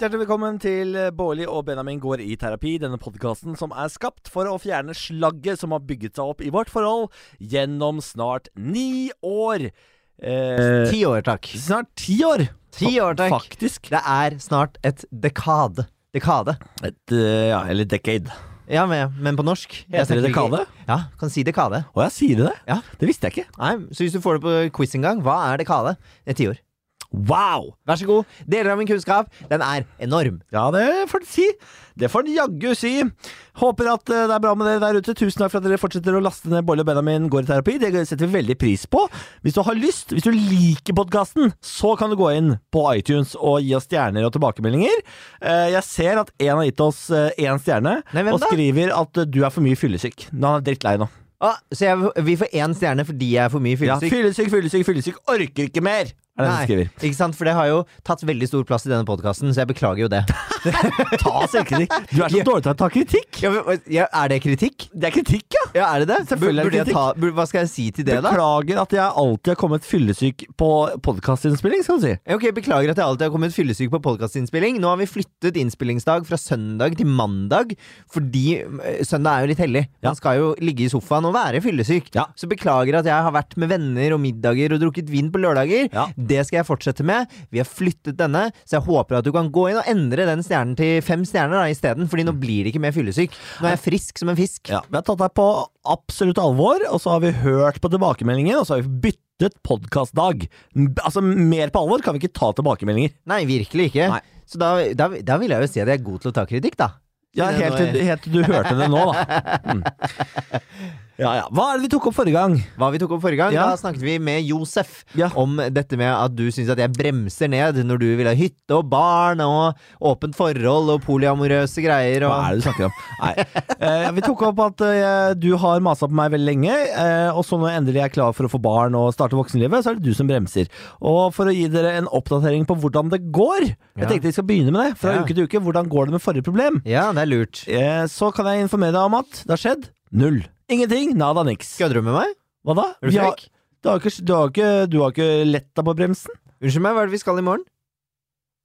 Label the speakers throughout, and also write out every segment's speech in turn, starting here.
Speaker 1: Hjertelig velkommen til eh, Bårli og Benjamin går i terapi, denne podkasten som er skapt for å fjerne slagget som har bygget seg opp i vårt forhold gjennom snart ni år. Eh,
Speaker 2: Ti år, takk.
Speaker 1: snart ti år!
Speaker 2: Ti år, takk.
Speaker 1: Faktisk.
Speaker 2: Det er snart et dekade. Dekade.
Speaker 1: Et, eh, ja, eller decade.
Speaker 2: Ja, men, men på norsk. Jeg
Speaker 1: Heter det
Speaker 2: snakker ikke-
Speaker 1: dekade?
Speaker 2: Ja, kan si dekade.
Speaker 1: Å, jeg sier det?
Speaker 2: Ja.
Speaker 1: Det visste jeg ikke.
Speaker 2: Nei, så hvis du får det på quiz en gang, hva er dekade? Det er tiår.
Speaker 1: Wow!
Speaker 2: Vær så god. Deler av min kunnskap, den er enorm.
Speaker 1: Ja, det får den si. Det får den jaggu si. Håper at eh, det er bra med dere der ute. Tusen takk for at dere fortsetter å laste ned Bolle og Benjamin går i terapi. Det setter vi veldig pris på. Hvis du har lyst, hvis du liker podkasten, så kan du gå inn på iTunes og gi oss stjerner og tilbakemeldinger. Eh, Jeg ser at én har gitt oss eh, én stjerne,
Speaker 2: Nei, hvem
Speaker 1: og
Speaker 2: da?
Speaker 1: skriver at eh, du er for mye fyllesyk. Nå er han drittlei nå.
Speaker 2: Å, så jeg, vi får én stjerne fordi jeg er for mye
Speaker 1: Ja,
Speaker 2: fyllesyk.
Speaker 1: fyllesyk, fyllesyk, fyllesyk. Orker ikke mer! Er det han
Speaker 2: Nei,
Speaker 1: skriver.
Speaker 2: ikke sant? For det har jo tatt veldig stor plass i denne podkasten, så jeg beklager jo det.
Speaker 1: Ta selvkritikk. Du er så dårlig til å ta kritikk.
Speaker 2: Ja, men, ja, er det kritikk?
Speaker 1: Det er kritikk, ja.
Speaker 2: Ja, er det det?
Speaker 1: Selvfølgelig er det
Speaker 2: Burde jeg
Speaker 1: kritikk.
Speaker 2: ta, burde, hva skal jeg si til det, da?
Speaker 1: Beklager at jeg alltid har kommet fyllesyk på podkastinnspilling, skal du si.
Speaker 2: Eh, Ok, Beklager at jeg alltid har kommet fyllesyk på podkastinnspilling. Nå har vi flyttet innspillingsdag fra søndag til mandag, fordi eh, søndag er jo litt hellig.
Speaker 1: Ja.
Speaker 2: Man skal jo ligge i sofaen og være fyllesyk.
Speaker 1: Ja.
Speaker 2: Så beklager at jeg har vært med venner og middager og drukket vin på lørdager.
Speaker 1: Ja.
Speaker 2: Det skal jeg fortsette med. Vi har flyttet denne, så jeg håper at du kan gå inn og endre den stjernen til fem stjerner da isteden, fordi nå blir det ikke mer fyllesyk. Nå er jeg frisk som en fisk.
Speaker 1: Mm. Ja, vi har tatt deg på absolutt alvor, og så har vi hørt på tilbakemeldingen, og så har vi byttet podkastdag. Altså, mer på alvor kan vi ikke ta tilbakemeldinger.
Speaker 2: Nei, virkelig ikke.
Speaker 1: Nei.
Speaker 2: Så da, da, da vil jeg jo si at jeg er god til å ta kritikk, da.
Speaker 1: Ja,
Speaker 2: Siden jeg
Speaker 1: helt
Speaker 2: nå er-
Speaker 1: til, helt til du hørte det nå, da. Mm. Ja, ja. Hva er det vi tok opp forrige gang?
Speaker 2: Hva vi tok opp forrige gang,
Speaker 1: Ja.
Speaker 2: da snakket vi med Josef
Speaker 1: Ja.
Speaker 2: om dette med at du syns at jeg bremser ned når du vil ha hytte og barn og åpent forhold og polyamorøse greier og
Speaker 1: Hva er det du snakker om? Nei. Eh, vi tok opp at eh, du har masa på meg veldig lenge, eh, og så når jeg endelig er klar for å få barn og starte voksenlivet, så er det du som bremser. Og for å gi dere en oppdatering på hvordan det går, jeg
Speaker 2: Ja.
Speaker 1: tenkte vi skal begynne med det, fra
Speaker 2: Ja.
Speaker 1: uke til uke, hvordan går det med forrige problem?
Speaker 2: Ja, det er lurt.
Speaker 1: Eh, så kan jeg informere deg om at det har skjedd null. Ingenting, nada, niks.
Speaker 2: Kødder du med meg?
Speaker 1: Hva da?
Speaker 2: Er du
Speaker 1: Vi har-
Speaker 2: frekk?
Speaker 1: Du har ikke, du har ikke, du har ikke letta på bremsen?
Speaker 2: Unnskyld meg, hva er det vi skal i morgen?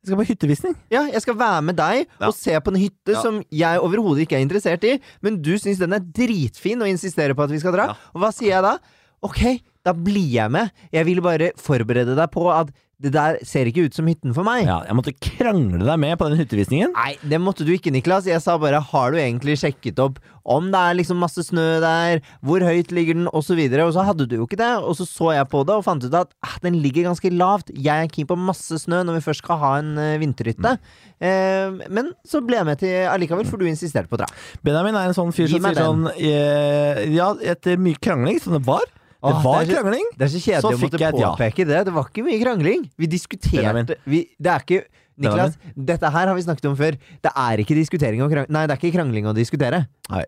Speaker 1: Vi skal på hyttevisning.
Speaker 2: Ja, jeg skal være med deg
Speaker 1: Ja.
Speaker 2: og se på en hytte
Speaker 1: Ja.
Speaker 2: som jeg overhodet ikke er interessert i, men du syns den er dritfin og insisterer på at vi skal dra.
Speaker 1: Ja.
Speaker 2: Og hva sier jeg da? Ok, da blir jeg med. Jeg vil bare forberede deg på at det der ser ikke ut som hytten for meg.
Speaker 1: Ja, jeg måtte krangle deg med på den hyttevisningen.
Speaker 2: Nei, det måtte du ikke, Niklas. Jeg sa bare har du egentlig sjekket opp om det er liksom masse snø der, hvor høyt ligger den, osv. Og, og så hadde du jo ikke det. Og så så jeg på det og fant ut at ah, den ligger ganske lavt. Jeg er keen på masse snø når vi først skal ha en eh, vinterhytte. Eh, men så ble jeg med til allikevel, for du insisterte på å dra.
Speaker 1: Benjamin er en sånn fyr
Speaker 2: Gi
Speaker 1: som
Speaker 2: meg
Speaker 1: sier sånn eh, Ja, etter mye krangling, som det var. Det
Speaker 2: Åh,
Speaker 1: var
Speaker 2: det er så-
Speaker 1: krangling.
Speaker 2: Det er så kjedelig
Speaker 1: Så
Speaker 2: å
Speaker 1: fikk
Speaker 2: måtte
Speaker 1: jeg et ja.
Speaker 2: påpeke det. Det var ikke mye krangling. Vi
Speaker 1: Benjamin.
Speaker 2: diskuterte vi, Det er ikke Niklas, dette her har vi snakket om før. Det er ikke diskutering og krangling Nei, det er ikke krangling å diskutere.
Speaker 1: Nei.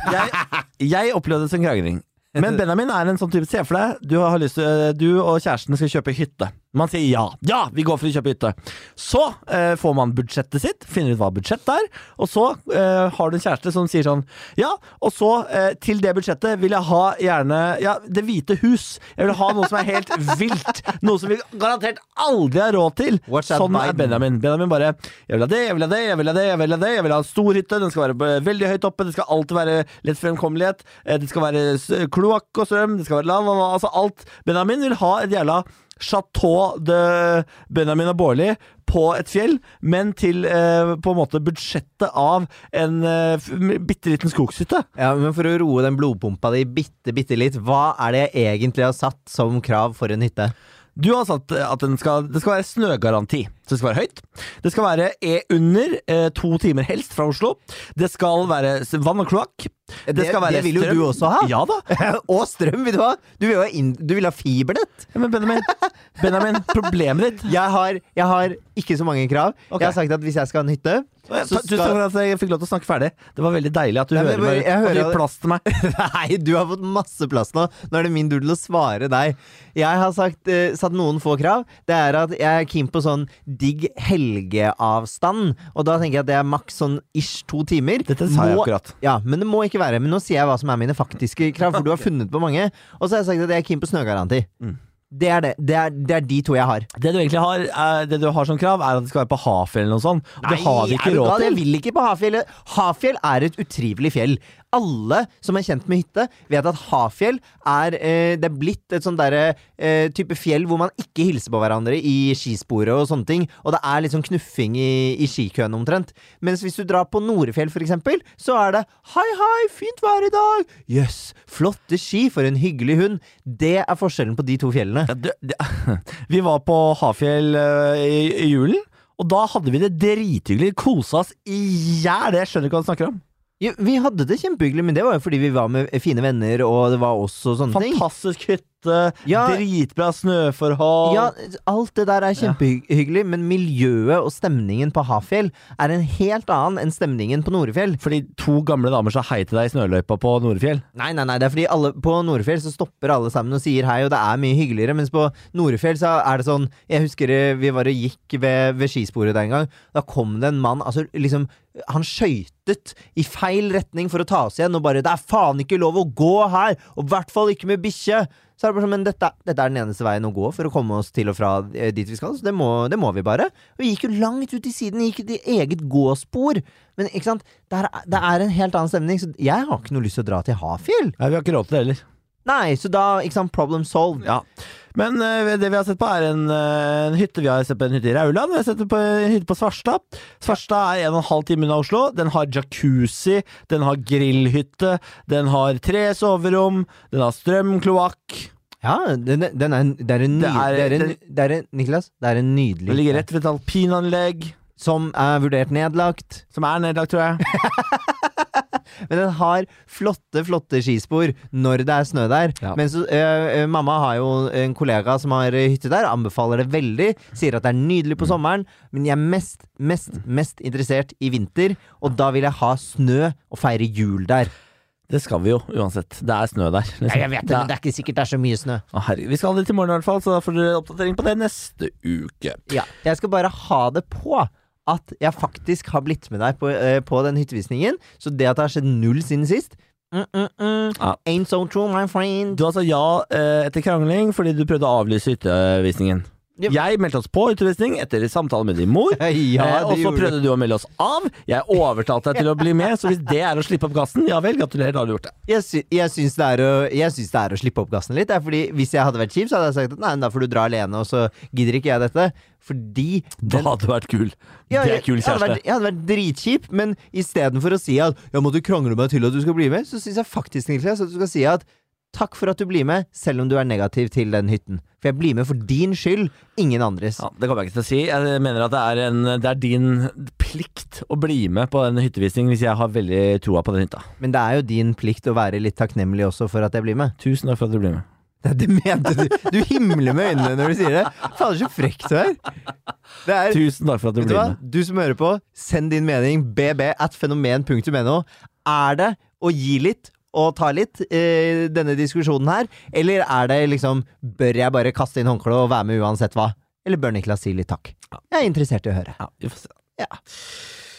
Speaker 1: Jeg, jeg opplevde det som krangling. Men Benjamin er en sånn type Se for deg, du, har lyst til, eh, du og kjæresten skal kjøpe hytte. Man sier ja. Ja, vi går for å kjøpe hytte. Så eh, får man budsjettet sitt, finner ut hva budsjett er, og så eh, har du en kjæreste som sier sånn Ja, og så eh, til det budsjettet vil jeg ha gjerne Ja, Det hvite hus. Jeg vil ha noe som er helt vilt. Noe som vi garantert aldri har råd til.
Speaker 2: What's that
Speaker 1: Sånn er
Speaker 2: Biden?
Speaker 1: Benjamin. Benjamin. Benjamin bare Jeg vil ha det, jeg vil ha det, jeg vil ha det, jeg vil ha det Jeg vil ha en stor hytte, den skal være på- veldig høyt oppe Det skal alltid være lett fremkommelighet eh, Det skal være s- kloakk og strøm Det skal være land, og- altså alt Benjamin vil ha et jævla Chateau de Benjamin og Bårli på et fjell, men til eh, på en måte budsjettet av en eh, f- bitte liten skogshytte.
Speaker 2: Ja, men for å roe den blodpumpa di bitte, bitte litt, hva er det jeg egentlig har satt som krav for en hytte?
Speaker 1: Du har sagt eh, at den skal, det skal være snøgaranti. Så det skal være høyt. Det skal være e under eh, to timer helst fra Oslo. Det skal være s- vann og kloakk. Det,
Speaker 2: Det-
Speaker 1: skal være
Speaker 2: det vil jo
Speaker 1: strøm.
Speaker 2: du også ha.
Speaker 1: Ja da.
Speaker 2: Og strøm vil du ha! Du vil, jo ha inn, du vil ha fibernett!
Speaker 1: Ja, men Benjamin, Benjamin problemet ditt
Speaker 2: Jeg har, jeg har ikke så mange krav.
Speaker 1: Ok.
Speaker 2: Jeg har sagt at hvis jeg skal ha en hytte
Speaker 1: Ta-
Speaker 2: så
Speaker 1: Tusen takk for at jeg fikk lov til å snakke ferdig. Det var veldig deilig at du
Speaker 2: Nei, men
Speaker 1: hører meg.
Speaker 2: jeg hører
Speaker 1: at du
Speaker 2: at-
Speaker 1: gir plass til meg.
Speaker 2: Nei, du har fått masse plass nå. Nå er det min tur til å svare deg. Jeg har sagt, eh, satt noen få krav. Det er at jeg er keen på sånn digg helgeavstand. Og da tenker jeg at det er maks sånn ish to timer.
Speaker 1: Dette sa jeg
Speaker 2: Må-
Speaker 1: akkurat.
Speaker 2: Ja, men det må ikke
Speaker 1: Mm.
Speaker 2: være. Men nå sier jeg hva som er mine faktiske krav, for du har funnet på mange. Og så har jeg sagt at jeg er keen på snøgaranti. Det er, det. Det, er, det er de to jeg har.
Speaker 1: Det du egentlig har er, Det du har som krav, er at det skal være på Hafjell eller noe sånt. Og det har vi
Speaker 2: er
Speaker 1: ikke
Speaker 2: du
Speaker 1: råd
Speaker 2: gal? Jeg
Speaker 1: til.
Speaker 2: vil ikke på Hafjell. Hafjell er et utrivelig fjell. Alle som er kjent med hytte, vet at Hafjell er eh, Det er blitt et sånn derre eh, type fjell hvor man ikke hilser på hverandre i skisporet og sånne ting. Og det er litt sånn knuffing i, i skikøen omtrent. Mens hvis du drar på Norefjell, for eksempel, så er det hei, hei, fint vær i dag. Jøss, flotte ski, for en hyggelig hund. Det er forskjellen på de to fjellene.
Speaker 1: Ja, det, det, vi var på Hafjell eh, i, i julen, og da hadde vi det drithyggelig. Kosa oss i hjel. Jeg skjønner ikke hva du snakker om.
Speaker 2: Jo, vi hadde det kjempehyggelig, men det var jo fordi vi var med fine venner, og det var også sånne ting.
Speaker 1: Fantastisk hytte,
Speaker 2: Ja.
Speaker 1: dritbra snøforhold.
Speaker 2: Ja, alt det der er kjempehyggelig, men miljøet og stemningen på Hafjell er en helt annen enn stemningen på Norefjell.
Speaker 1: Fordi to gamle damer sa hei til deg i snøløypa på Norefjell.
Speaker 2: Nei, nei, nei, det er fordi alle, på Norefjell så stopper alle sammen og sier hei, og det er mye hyggeligere, mens på Norefjell så er det sånn, jeg husker eh, vi bare gikk ved, ved skisporet der en gang, da kom det en mann, altså liksom, han skøytet i feil retning for å ta oss igjen, og bare, det er faen ikke lov å gå her, og i hvert fall ikke med bikkje. Så er det bare sånn, men dette, dette er den eneste veien å gå for å komme oss til og fra eh, dit vi skal, så det må, det må vi bare. Og vi gikk jo langt ut i siden, gikk i eget gåspor. Men ikke sant, det er, det er en helt annen stemning, så jeg har ikke noe lyst til å dra til Hafjell.
Speaker 1: Nei, vi har ikke råd til det heller.
Speaker 2: Nei, så da, ikke sant, problem solved.
Speaker 1: Ja. Men eh, det vi har sett på, er en, eh, en hytte. Vi har sett på en hytte i Rauland, vi har sett på en hytte på Svarstad. Svarstad er en og en halv time unna Oslo. Den har jacuzzi, den har grillhytte, den har tre soverom, den har strømkloakk.
Speaker 2: Ja, den, den er, det er en
Speaker 1: Det
Speaker 2: nydelig,
Speaker 1: er-
Speaker 2: det er en,
Speaker 1: den-
Speaker 2: det er en, Niklas, det er en nydelig
Speaker 1: Den ligger rett ved et alpinanlegg,
Speaker 2: Som er vurdert nedlagt.
Speaker 1: som er nedlagt, tror jeg.
Speaker 2: Men den har flotte, flotte skispor når det er snø der.
Speaker 1: Ja.
Speaker 2: Men så, øh, øh, mamma har jo en kollega som har øh, hytte der, anbefaler det veldig. Sier at det er nydelig på sommeren, men jeg er mest, mest, mest interessert i vinter. Og da vil jeg ha snø og feire jul der.
Speaker 1: Det skal vi jo, uansett. Det er snø der. liksom. Ja.
Speaker 2: det er ikke sikkert det er så mye snø.
Speaker 1: Å, herregud. Vi skal dit i morgen i hvert fall, så da får dere oppdatering på det neste uke.
Speaker 2: Ja, jeg skal bare ha det på at jeg faktisk har blitt med deg på, eh, på den hyttevisningen. Så det at det har skjedd null siden sist mm, mm, mm,
Speaker 1: Ja.
Speaker 2: Ain't so true, my friend.
Speaker 1: Du altså ja eh, etter krangling fordi du prøvde å avlyse hyttevisningen.
Speaker 2: Ja.
Speaker 1: Jeg meldte oss på hyttevisning etter samtale med din mor. eh, og så prøvde du å melde oss av. Jeg overtalte deg til å bli med, så hvis det er å slippe opp gassen, ja vel, gratulerer, da har du gjort det.
Speaker 2: Jeg, sy jeg, syns det er å, jeg syns det er å slippe opp gassen litt. Det er fordi Hvis jeg hadde vært kjip, så hadde jeg sagt at nei, men da får du dra alene, og så gidder ikke jeg dette. Fordi
Speaker 1: Det hadde vært kul. Det er
Speaker 2: jeg-
Speaker 1: kul
Speaker 2: jeg hadde
Speaker 1: kjæreste.
Speaker 2: vært- Jeg hadde vært dritkjip, men istedenfor å si at jeg måtte krangle meg til at du skal bli med, så syns jeg faktisk Niklas, at du skal si at takk for at du blir med, selv om du er negativ til den hytten. For jeg blir med for din skyld, ingen andres.
Speaker 1: Ja, det kommer jeg ikke til å si. Jeg mener at det er, en, det er din plikt å bli med på en hyttevisning hvis jeg har veldig troa på den hytta.
Speaker 2: Men det er jo din plikt å være litt takknemlig også for at jeg blir med.
Speaker 1: Tusen takk for at du blir med.
Speaker 2: Nei, det mente du! Du himler med øynene når du sier det. Fader, så frekk du er. Det er
Speaker 1: Tusen takk for at du
Speaker 2: Vet du
Speaker 1: blir
Speaker 2: hva?
Speaker 1: med.
Speaker 2: Du som hører på, send din mening bb at fenomen.no. Er det å gi litt og ta litt eh, denne diskusjonen her, eller er det liksom Bør jeg bare kaste inn håndkleet og være med uansett hva? Eller bør Niklas si litt takk? Jeg er interessert i å høre.
Speaker 1: Ja, vi får se.
Speaker 2: Ja.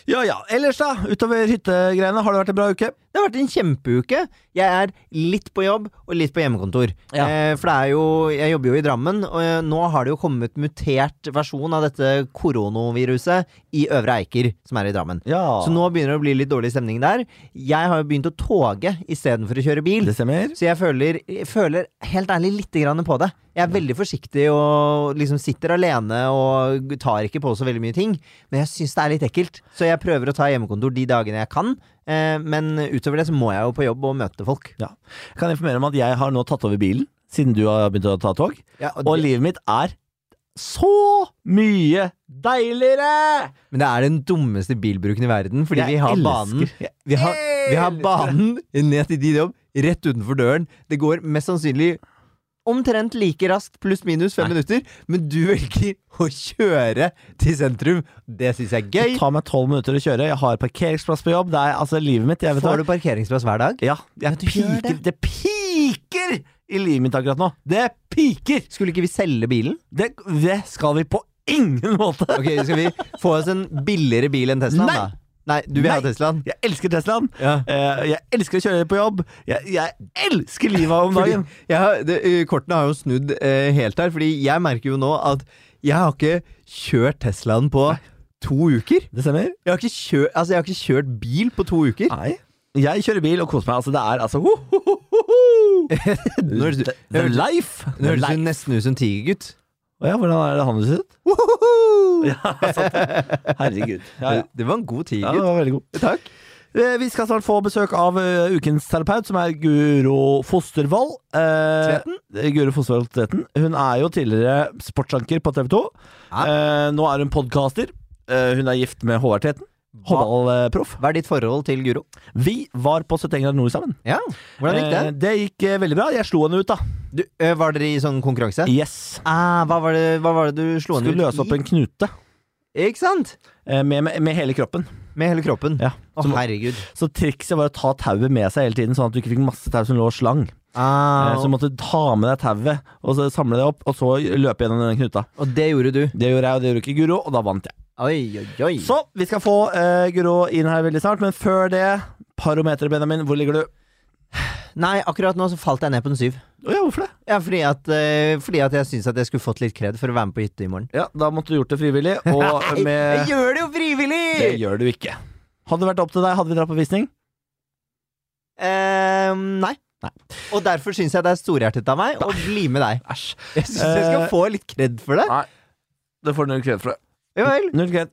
Speaker 1: ja ja. Ellers, da? Utover hyttegreiene, har det vært en bra uke?
Speaker 2: Det har vært en kjempeuke. Jeg er litt på jobb og litt på hjemmekontor.
Speaker 1: Ja.
Speaker 2: Eh, for det er jo Jeg jobber jo i Drammen, og eh, nå har det jo kommet mutert versjon av dette koronaviruset i Øvre Eiker, som er i Drammen.
Speaker 1: Ja.
Speaker 2: Så nå begynner det å bli litt dårlig stemning der. Jeg har jo begynt å toge istedenfor å kjøre bil.
Speaker 1: Det stemmer.
Speaker 2: Så jeg føler, jeg føler helt ærlig litt grann på det. Jeg er veldig forsiktig og liksom sitter alene og tar ikke på så veldig mye ting. Men jeg syns det er litt ekkelt, så jeg prøver å ta hjemmekontor de dagene jeg kan. Eh, men utover det så må jeg jo på jobb og møte folk.
Speaker 1: Ja. Kan jeg informere om at jeg har nå tatt over bilen, siden du har begynt å ta tog.
Speaker 2: Ja, og
Speaker 1: Og
Speaker 2: det,
Speaker 1: livet mitt er så mye deiligere!
Speaker 2: men det er den dummeste bilbruken i verden, fordi
Speaker 1: Jeg
Speaker 2: vi har
Speaker 1: elsker-
Speaker 2: banen.
Speaker 1: jeg
Speaker 2: Vi har, vi har
Speaker 1: elsker-
Speaker 2: banen ned til din jobb, rett utenfor døren. Det går mest sannsynlig omtrent like raskt, pluss-minus fem minutter, men du velger å kjøre til sentrum. Det syns jeg er
Speaker 1: Det
Speaker 2: gøy.
Speaker 1: tar meg tolv minutter å kjøre, jeg har parkeringsplass på jobb. Det er altså livet mitt. Jeg vet hva.
Speaker 2: Får du parkeringsplass hver dag?
Speaker 1: Ja, jeg
Speaker 2: du gjør
Speaker 1: piker, det. piker i livet mitt akkurat nå. Det piker!
Speaker 2: Skulle ikke vi selge bilen?
Speaker 1: Det, det skal vi på ingen måte.
Speaker 2: Ok, Skal vi få oss en billigere bil enn Teslaen,
Speaker 1: Nei!
Speaker 2: da? Nei, du vil ha
Speaker 1: Nei.
Speaker 2: Teslaen?
Speaker 1: Jeg elsker Teslaen.
Speaker 2: Ja.
Speaker 1: Eh, jeg elsker å kjøre på jobb. Jeg, jeg elsker livet om
Speaker 2: Fordi,
Speaker 1: dagen.
Speaker 2: jeg har- det, ø, kortene har jo snudd eh, helt her, fordi jeg merker jo nå at jeg har ikke kjørt Teslaen på to uker.
Speaker 1: Det stemmer?
Speaker 2: Jeg har, ikke kjørt, altså, jeg har ikke kjørt bil på to uker.
Speaker 1: Nei. Jeg kjører bil og koser meg. Altså, det er altså ho, ho, ho, ho, ho.
Speaker 2: Nå høres du-
Speaker 1: The, the life!
Speaker 2: Nå
Speaker 1: The
Speaker 2: høres
Speaker 1: life.
Speaker 2: du nesten ut som tigergutt.
Speaker 1: Å ja, hvordan er det han ser ut?
Speaker 2: Wohoho!
Speaker 1: Ja, sant det. Herregud. Ja, ja.
Speaker 2: Det- Det var en
Speaker 1: ja,
Speaker 2: god
Speaker 1: det
Speaker 2: tigergutt.
Speaker 1: var veldig god.
Speaker 2: Takk.
Speaker 1: Eh, Vi skal snart få besøk av eh, ukens terapeut, som er Guro Fostervold. Eh, Guro Fostervold Tveten. Hun er jo tidligere sportsanker på TV 2. Eh, nå er hun podkaster. Eh, hun er gift med Håvard Tveten.
Speaker 2: Hva,
Speaker 1: Håndballproff.
Speaker 2: hva er ditt forhold til Guro?
Speaker 1: Vi var på 71 grader nord sammen.
Speaker 2: Ja, Hvordan gikk
Speaker 1: Eh,
Speaker 2: det?
Speaker 1: det gikk eh, veldig bra. Jeg slo henne ut, da.
Speaker 2: Du, ø, var dere i sånn konkurranse?
Speaker 1: Yes.
Speaker 2: Ah, hva, var det, hva var det du slo henne ut
Speaker 1: Skulle løse opp
Speaker 2: i?
Speaker 1: en knute
Speaker 2: Ikke sant?
Speaker 1: eh, med, med, med hele kroppen.
Speaker 2: Med hele kroppen.
Speaker 1: Ja.
Speaker 2: Å,
Speaker 1: Som-
Speaker 2: herregud.
Speaker 1: Så trikset var å ta tauet med seg hele tiden, sånn at du ikke fikk masse tau som lå og slang.
Speaker 2: Ah,
Speaker 1: Eh, Så måtte du ta med deg tauet, og så samle det opp, og så løpe gjennom denne knuta.
Speaker 2: og det gjorde du.
Speaker 1: Det gjorde jeg, og det gjorde ikke Guro, og da vant jeg.
Speaker 2: Oi, oi, oi.
Speaker 1: Så vi skal få eh, Guro inn her veldig snart, men før det, parometer, Benjamin, hvor ligger du?
Speaker 2: Nei, akkurat nå så falt jeg ned på en syv.
Speaker 1: Å ja, hvorfor det?
Speaker 2: Ja, fordi at, eh, fordi at jeg syns at jeg skulle fått litt kred for å være med på hytte i morgen.
Speaker 1: Ja, da måtte du gjort det frivillig, og
Speaker 2: Jeg
Speaker 1: med
Speaker 2: gjør det jo
Speaker 1: Det
Speaker 2: frivillig!
Speaker 1: gjør du ikke. Hadde det vært opp til deg, hadde vi dratt på visning?
Speaker 2: Eh, nei.
Speaker 1: Nei.
Speaker 2: Og derfor syns jeg det er storhjertet av meg å bli med deg.
Speaker 1: Æsj.
Speaker 2: Jeg syns jeg skal
Speaker 1: Eh.
Speaker 2: få litt kred for det.
Speaker 1: Det får du null kred for.
Speaker 2: Ja vel.
Speaker 1: Null kred.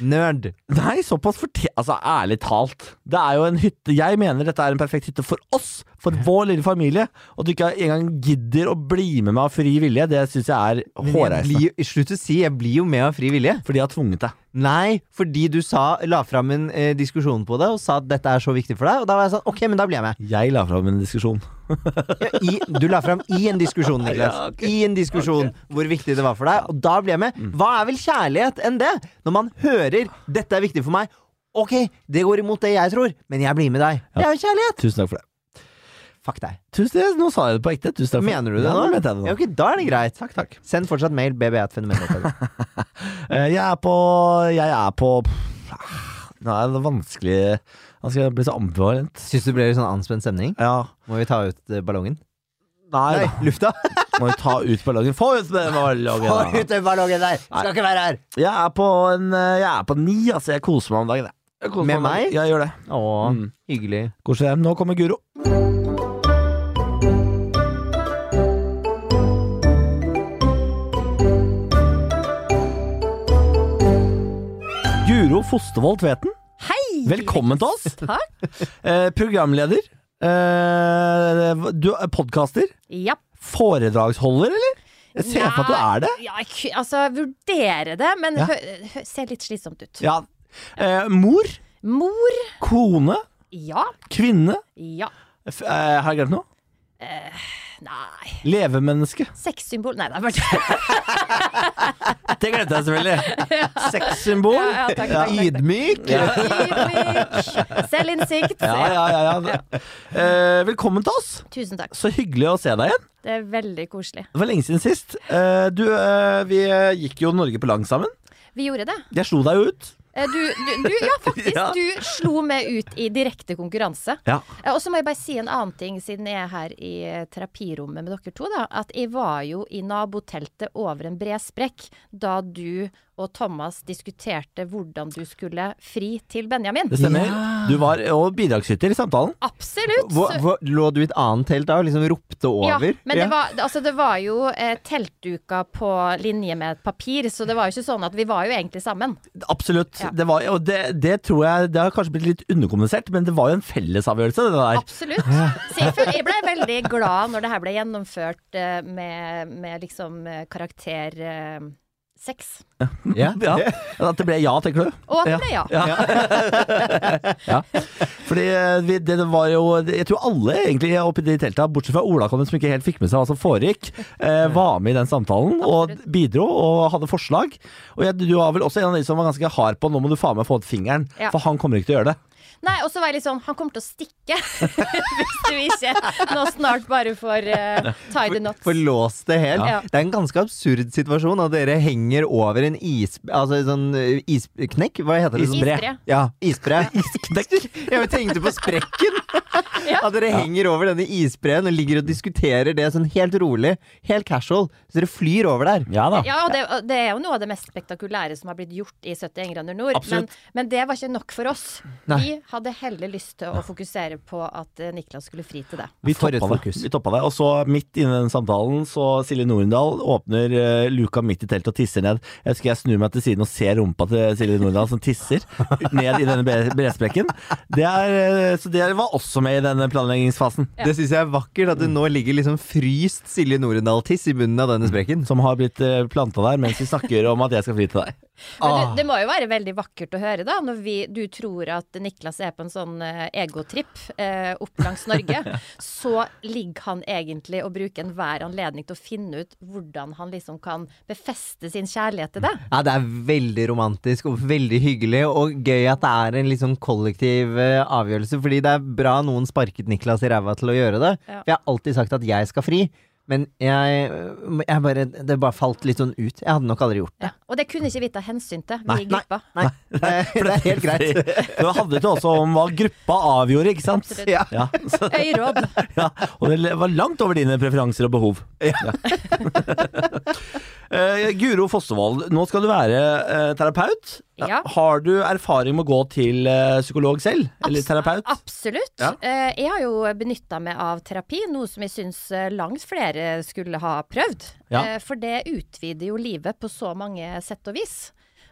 Speaker 2: Nerd.
Speaker 1: Nei, såpass fortjent Altså, ærlig talt. Det er jo en hytte Jeg mener dette er en perfekt hytte for oss, for vår lille familie. Og at du ikke engang gidder å bli med meg av fri vilje, det syns jeg er
Speaker 2: Men jeg
Speaker 1: hårreisende.
Speaker 2: blir, jo- slutt å si 'jeg blir jo med av fri vilje'.
Speaker 1: Fordi jeg har tvunget deg.
Speaker 2: Nei, fordi du sa, la fram en eh, diskusjon på det og sa at dette er så viktig for deg. Og da var jeg sånn 'ok, men da blir jeg med'.
Speaker 1: Jeg la fram en diskusjon.
Speaker 2: Ja, i, du la fram i en diskusjon, Niklas.
Speaker 1: Ja, ok.
Speaker 2: I en diskusjon hvor viktig det var for deg. Og da ble jeg med. Hva er vel kjærlighet enn det? Når man hører 'dette er viktig for meg', ok, det går imot det jeg tror, men jeg blir med deg. Det er jo kjærlighet!
Speaker 1: Tusen takk for det.
Speaker 2: Fuck deg.
Speaker 1: Tusen, det- nå sa jeg det på ekte. Tusen takk for
Speaker 2: Mener du det
Speaker 1: ja,
Speaker 2: nå?
Speaker 1: nå? Mente jeg det nå.
Speaker 2: Ja, ok, da er det greit.
Speaker 1: Takk, takk.
Speaker 2: Send fortsatt mail bb1fenomen.no.
Speaker 1: Eh, Jeg er på Jeg er på pff, ah, Nå er det vanskelig Han skal bli så ambivalent.
Speaker 2: Syns du det ble litt sånn anspent stemning?
Speaker 1: Ja.
Speaker 2: Må vi ta ut eh, ballongen?
Speaker 1: Nei,
Speaker 2: Nei,
Speaker 1: da.
Speaker 2: lufta!
Speaker 1: Må jo ta ut ballongen. Få ut den ballongen!
Speaker 2: Få
Speaker 1: da.
Speaker 2: ut den ballongen der! Skal ikke være her!
Speaker 1: Jeg er på en eh, Jeg er på ni, altså. Jeg koser meg om dagen. jeg. Jeg koser meg
Speaker 2: Med
Speaker 1: om dagen.
Speaker 2: meg?
Speaker 1: Ja, Jeg gjør det.
Speaker 2: Å, hyggelig.
Speaker 1: Koser deg. Nå kommer Guro. Guro Fostervold Tveten,
Speaker 3: Hei!
Speaker 1: velkommen til oss.
Speaker 3: Takk.
Speaker 1: Eh, programleder. Eh, du er podkaster.
Speaker 3: Ja.
Speaker 1: Foredragsholder, eller? Jeg ser for meg at du er det.
Speaker 3: Ja, jeg ku- altså, vurdere det, men
Speaker 1: Ja.
Speaker 3: hø, hø, ser litt slitsomt ut.
Speaker 1: Ja. Eh, mor,
Speaker 3: Mor.
Speaker 1: kone,
Speaker 3: Ja.
Speaker 1: kvinne
Speaker 3: Ja.
Speaker 1: F eh, Har jeg glemt noe?
Speaker 3: Nei.
Speaker 1: Levemenneske.
Speaker 3: Sexsymbol Nei, det er bare
Speaker 1: Det glemte jeg selvfølgelig. Sexsymbol.
Speaker 3: Ja, ja, takk, takk, takk.
Speaker 2: Ydmyk!
Speaker 3: Ydmyk. Selvinnsikt.
Speaker 1: Ja, ja, ja, ja. Eh, velkommen til oss.
Speaker 3: Tusen takk.
Speaker 1: Så hyggelig å se deg igjen.
Speaker 3: Det er veldig koselig.
Speaker 1: Det var lenge siden sist. Eh, du, eh, vi eh, gikk jo Norge på lang sammen.
Speaker 3: Vi gjorde det.
Speaker 1: Jeg slo deg jo ut.
Speaker 3: Eh, Du, du, du ja, faktisk.
Speaker 1: Ja.
Speaker 3: Du slo meg ut i direkte konkurranse.
Speaker 1: Ja.
Speaker 3: Eh, Og så må jeg bare si en annen ting, siden jeg er her i eh, terapirommet med dere to. da, At jeg var jo i naboteltet over en bredsprekk da du og Thomas diskuterte hvordan du skulle fri til Benjamin.
Speaker 1: Det stemmer.
Speaker 2: Ja.
Speaker 1: Du var og bidragsyter i samtalen.
Speaker 3: Absolutt!
Speaker 2: Hvor,
Speaker 3: Så-
Speaker 2: hvor, lå du i et annet telt da og liksom ropte
Speaker 3: ja,
Speaker 2: over?
Speaker 3: men det var, det- altså det var jo eh, teltduka på linje med et papir, så det var jo ikke sånn at vi var jo egentlig sammen.
Speaker 1: Absolutt.
Speaker 3: Ja.
Speaker 1: Det, var, og det, det tror jeg Det har kanskje blitt litt underkommunisert, men det var jo en fellesavgjørelse, det der.
Speaker 3: Absolutt. Så jeg, føl- jeg ble veldig glad når det her ble gjennomført eh, med, med liksom eh, karakter eh, seks.
Speaker 2: Ja.
Speaker 1: Ja. At det ble ja, tenker du?
Speaker 3: Og at det ble ja.
Speaker 1: Ja. Fordi eh, vi, det var jo Jeg tror alle egentlig oppi de telta, bortsett fra Ola Kollen, som ikke helt fikk med seg hva som foregikk, eh, var med i den samtalen og
Speaker 3: Absolutt.
Speaker 1: bidro og hadde forslag. Og jeg, du var vel også en av de som var ganske hard på nå må du faen meg få ut fingeren,
Speaker 3: Ja.
Speaker 1: for han kommer ikke til å gjøre det.
Speaker 3: Nei, og så var jeg litt sånn Han kommer til å stikke hvis du ikke nå snart bare får eh, tie the knots.
Speaker 2: For låst det helt.
Speaker 3: Ja.
Speaker 2: Det er en ganske absurd situasjon at dere henger over en is... Altså en sånn eh, isknekk? Hva heter det?
Speaker 1: Isbre.
Speaker 3: Isbre.
Speaker 2: Ja, isbre.
Speaker 1: Isknekk.
Speaker 2: Jeg tenkte på sprekken!
Speaker 3: Ja.
Speaker 2: At dere henger over denne isbreen og ligger og diskuterer det sånn helt rolig. Helt casual. Så dere flyr over der.
Speaker 1: Ja da.
Speaker 3: Ja, og det, og det er jo noe av det mest spektakulære som har blitt gjort i 70 England nord. Men,
Speaker 1: Absolutt.
Speaker 3: men det var ikke nok for oss.
Speaker 2: Nei.
Speaker 3: Vi hadde heller lyst til å fokusere på at eh, Niklas skulle fri til det.
Speaker 1: Vi
Speaker 2: For et
Speaker 1: toppa det.
Speaker 2: fokus.
Speaker 1: Vi toppa det. Og så midt inne i den samtalen, så Silje Norendal åpner eh, luka midt i teltet og tisser ned. Jeg husker jeg snur meg til siden og ser rumpa til Silje Norendal som tisser ned i denne bre- bresprekken. Det er, eh, så det var også med i denne planleggingsfasen,
Speaker 2: Det syns jeg er
Speaker 1: Mm.
Speaker 2: vakkert at det nå ligger liksom fryst Silje Norendal-tiss i bunnen av denne sprekken.
Speaker 1: som har blitt eh, planta der mens vi snakker om at jeg skal fly til deg.
Speaker 3: Men
Speaker 2: Ah.
Speaker 3: du, det må jo være veldig vakkert å høre, da, når vi, du tror at Niklas er på en sånn eh, egotripp eh, opp langs Norge. så ligger han egentlig og bruker enhver anledning til å finne ut hvordan han liksom kan befeste sin kjærlighet til det.
Speaker 2: Ja, det er veldig romantisk og veldig hyggelig, og gøy at det er en litt sånn kollektiv eh, avgjørelse, fordi det er bra noen sparket Niklas i ræva til å gjøre det.
Speaker 3: Ja.
Speaker 2: For jeg har alltid sagt at jeg skal fri, men jeg, jeg bare, det bare falt litt sånn ut. Jeg hadde nok aldri gjort det.
Speaker 3: Ja. Og det kunne ikke vi ta hensyn til, vi
Speaker 1: Nei,
Speaker 3: i gruppa.
Speaker 2: Nei, det, det er helt greit.
Speaker 1: Det handlet jo også om hva gruppa avgjorde, ikke sant?
Speaker 3: Absolutt.
Speaker 2: Ja.
Speaker 1: Ja, så,
Speaker 3: Øyråd.
Speaker 1: ja, og det var langt over dine preferanser og behov. Ja. Eh, Guro Fossevold, nå skal du være eh, terapeut.
Speaker 3: Ja.
Speaker 1: Har du erfaring med å gå til eh, psykolog selv? Eller
Speaker 3: Abs-
Speaker 1: terapeut?
Speaker 3: Absolutt.
Speaker 1: Ja.
Speaker 3: Eh, jeg har jo benytta meg av terapi, noe som jeg syns eh, langt flere skulle ha prøvd.
Speaker 1: Ja.
Speaker 3: Eh, for det utvider jo livet på så mange sett og vis.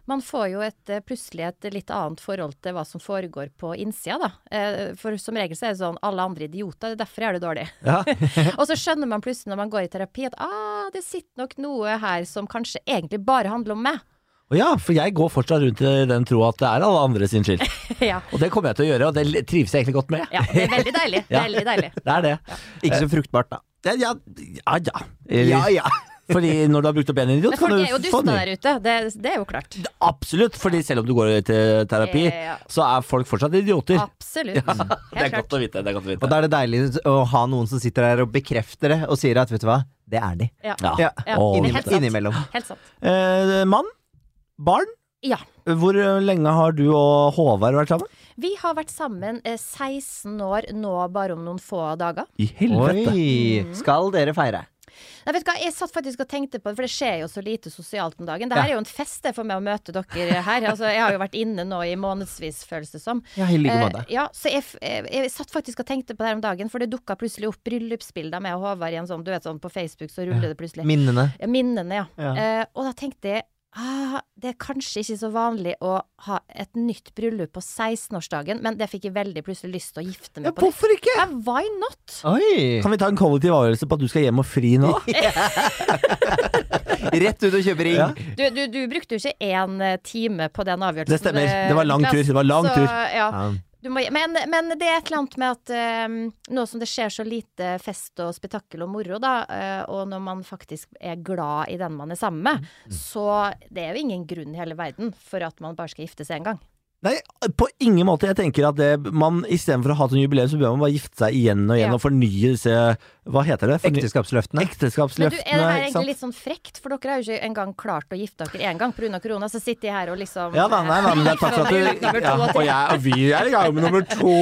Speaker 3: Man får jo et, eh, plutselig et litt annet forhold til hva som foregår på innsida, da. Eh, for som regel så er det sånn alle andre idioter, derfor er du dårlig.
Speaker 1: Ja.
Speaker 3: Og så skjønner man plutselig når man går i terapi at ah, det sitter nok noe her som kanskje egentlig bare handler om meg.
Speaker 1: Å ja, for jeg går fortsatt rundt i den troa at det er alle andre sin skyld.
Speaker 3: ja.
Speaker 1: Og det kommer jeg til å gjøre, og det trives jeg egentlig godt med.
Speaker 3: ja. Det er veldig deilig.
Speaker 1: Ja.
Speaker 3: Veldig deilig.
Speaker 1: Det er det.
Speaker 2: Ikke så fruktbart, da.
Speaker 1: Ja ja. ja, ja.
Speaker 2: Ja, ja.
Speaker 1: Eh, Fordi når du har brukt opp en idiot,
Speaker 3: Men
Speaker 1: kan
Speaker 3: folk
Speaker 1: du
Speaker 3: er jo
Speaker 1: få
Speaker 3: dusta
Speaker 1: en ny.
Speaker 3: der ute, det, det er jo klart.
Speaker 1: Absolutt, fordi selv om du går til terapi,
Speaker 3: Ja.
Speaker 1: så er folk fortsatt idioter.
Speaker 3: Absolutt.
Speaker 1: det
Speaker 3: Helt
Speaker 1: er godt
Speaker 3: klart.
Speaker 1: å vite. Det er godt å
Speaker 2: Og
Speaker 1: vite.
Speaker 2: da er det deilig å ha noen som sitter der og bekrefter det, og sier at vet du hva, det er de.
Speaker 3: Ja.
Speaker 2: Ja.
Speaker 3: Ja,
Speaker 1: Å,
Speaker 3: inni-
Speaker 1: vet
Speaker 3: helt
Speaker 1: du.
Speaker 2: Innimellom.
Speaker 3: sant.
Speaker 2: innimellom.
Speaker 3: Helt sant.
Speaker 1: Eh, mann? Barn?
Speaker 3: Ja.
Speaker 1: Hvor lenge har du og Håvard vært sammen?
Speaker 3: Vi har vært sammen eh, 16 år nå bare om noen få dager.
Speaker 1: I
Speaker 2: Oi! Skal dere feire?
Speaker 3: Nei, vet du hva, Jeg satt faktisk og tenkte på det, for det skjer jo så lite sosialt om dagen. Det her
Speaker 2: Ja.
Speaker 3: er jo en fest det, for meg å møte dere her. Altså, jeg har jo vært inne nå i månedsvis, føles det som.
Speaker 2: Ja, i like
Speaker 3: Eh,
Speaker 2: måte.
Speaker 3: ja, så jeg, f- eh, jeg satt faktisk og tenkte på det her om dagen, for det dukka plutselig opp bryllupsbilder med Håvard i en sånn, du vet sånn på Facebook, så ruller det plutselig.
Speaker 2: Minnene.
Speaker 3: Ja, Minnene, ja.
Speaker 2: Ja.
Speaker 3: Eh, og da tenkte jeg ah, det er kanskje ikke så vanlig å ha et nytt bryllup på 16-årsdagen, men det fikk jeg veldig plutselig lyst til å gifte meg på.
Speaker 1: hvorfor ikke?
Speaker 3: Ja, why not?
Speaker 2: Oi!
Speaker 1: Kan vi ta en kollektiv avgjørelse på at du skal hjem og fri nå?
Speaker 2: Rett ut og kjøpe ring.
Speaker 1: Ja.
Speaker 3: Du, du, du brukte jo ikke én eh, time på den avgjørelsen.
Speaker 1: Det stemmer.
Speaker 3: eh,
Speaker 1: Det var lang
Speaker 3: Niklas.
Speaker 1: tur. Det var lang
Speaker 3: så,
Speaker 1: tur.
Speaker 3: Ja,
Speaker 2: Ja.
Speaker 3: du må, men, men det er et eller annet med at eh, nå som det skjer så lite fest og spetakkel og moro, da, eh, og når man faktisk er glad i den man er sammen med,
Speaker 1: Mm.
Speaker 3: så det er jo ingen grunn i hele verden for at man bare skal gifte seg en gang.
Speaker 1: Nei, på ingen måte. Jeg tenker at det, man istedenfor å ha sånn jubileum, så bør man bare gifte seg igjen og igjen
Speaker 3: Ja.
Speaker 1: og fornye disse Hva heter det? Forny-
Speaker 2: Ekteskapsløftene.
Speaker 3: Men du, er det
Speaker 1: Ekteskapsløftene.
Speaker 3: her
Speaker 1: ikke
Speaker 3: egentlig
Speaker 1: sant?
Speaker 3: litt sånn frekt? For dere har jo ikke engang klart å gifte dere én gang pga. korona, så sitter jeg her og liksom
Speaker 1: Ja da, nei da, men det er takk for at du ja, Og jeg og vi er i gang med nummer to!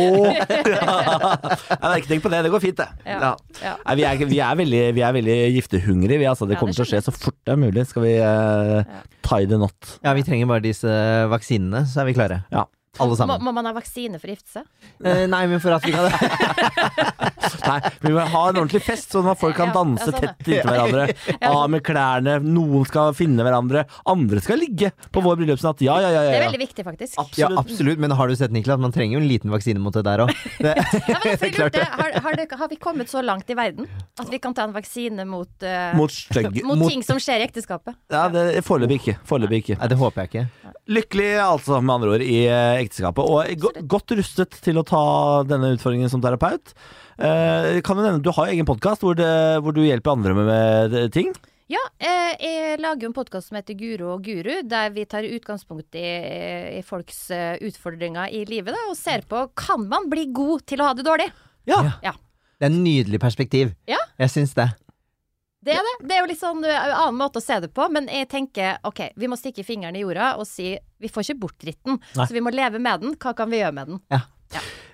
Speaker 1: Ja. Nei, ikke tenk på det. Det går fint, det.
Speaker 3: Ja.
Speaker 1: Ja.
Speaker 3: Ja.
Speaker 1: Nei, vi, er, vi, er veldig, vi er veldig giftehungrige, vi. Altså, det
Speaker 3: Ja,
Speaker 1: kommer
Speaker 3: det
Speaker 1: til å skje så fort det er mulig. Skal vi eh, tie the knot?
Speaker 2: Ja, vi trenger bare disse eh, vaksinene, så er vi klare.
Speaker 1: Ja.
Speaker 2: Alle
Speaker 3: Må,
Speaker 2: sammen.
Speaker 3: må man ha vaksine for å gifte seg?
Speaker 2: Eh, nei, men for at vi kan
Speaker 1: Nei, vi må ha en ordentlig fest, sånn at folk kan
Speaker 3: Ja,
Speaker 1: danse
Speaker 3: ja, sånn, ja.
Speaker 1: tett inntil hverandre. Av med klærne, noen skal finne hverandre, andre skal ligge på vår bryllupsnatt. Ja, ja, ja.
Speaker 3: Det er
Speaker 1: ja, ja.
Speaker 3: veldig viktig, faktisk.
Speaker 2: Ja,
Speaker 1: Absolutt.
Speaker 2: absolutt. Men har du sett, Niklas, man trenger jo en liten vaksine mot det der òg.
Speaker 3: Ja, men for jeg lurte, har, har, dere- har vi kommet så langt i verden at vi kan ta en vaksine mot, eh,
Speaker 1: Mot stygg
Speaker 3: mot
Speaker 1: mot-
Speaker 3: ting som skjer i ekteskapet?
Speaker 1: Ja, det- Foreløpig ikke. Foreløpig ikke.
Speaker 2: Nei, det håper jeg ikke.
Speaker 1: Lykkelig, altså, med andre ord, i eh, ekteskapet. Og go godt rustet til å ta denne utfordringen som terapeut. Eh, kan Du nevne, du har jo egen podkast hvor, det- hvor du hjelper andre med, med ting.
Speaker 3: Ja, eh, jeg lager jo en podkast som heter Guro og Guru, der vi tar utgangspunkt i, i folks eh, utfordringer i livet da, og ser på kan man bli god til å ha det dårlig.
Speaker 1: Ja.
Speaker 2: Det er en nydelig perspektiv.
Speaker 3: Ja.
Speaker 2: Jeg syns det.
Speaker 3: Det er det. Det er jo litt sånn ø, annen måte å se det på, men jeg tenker ok, vi må stikke fingeren i jorda og si vi får ikke bort dritten,
Speaker 2: Nei.
Speaker 3: så vi må leve med den. Hva kan vi gjøre med den?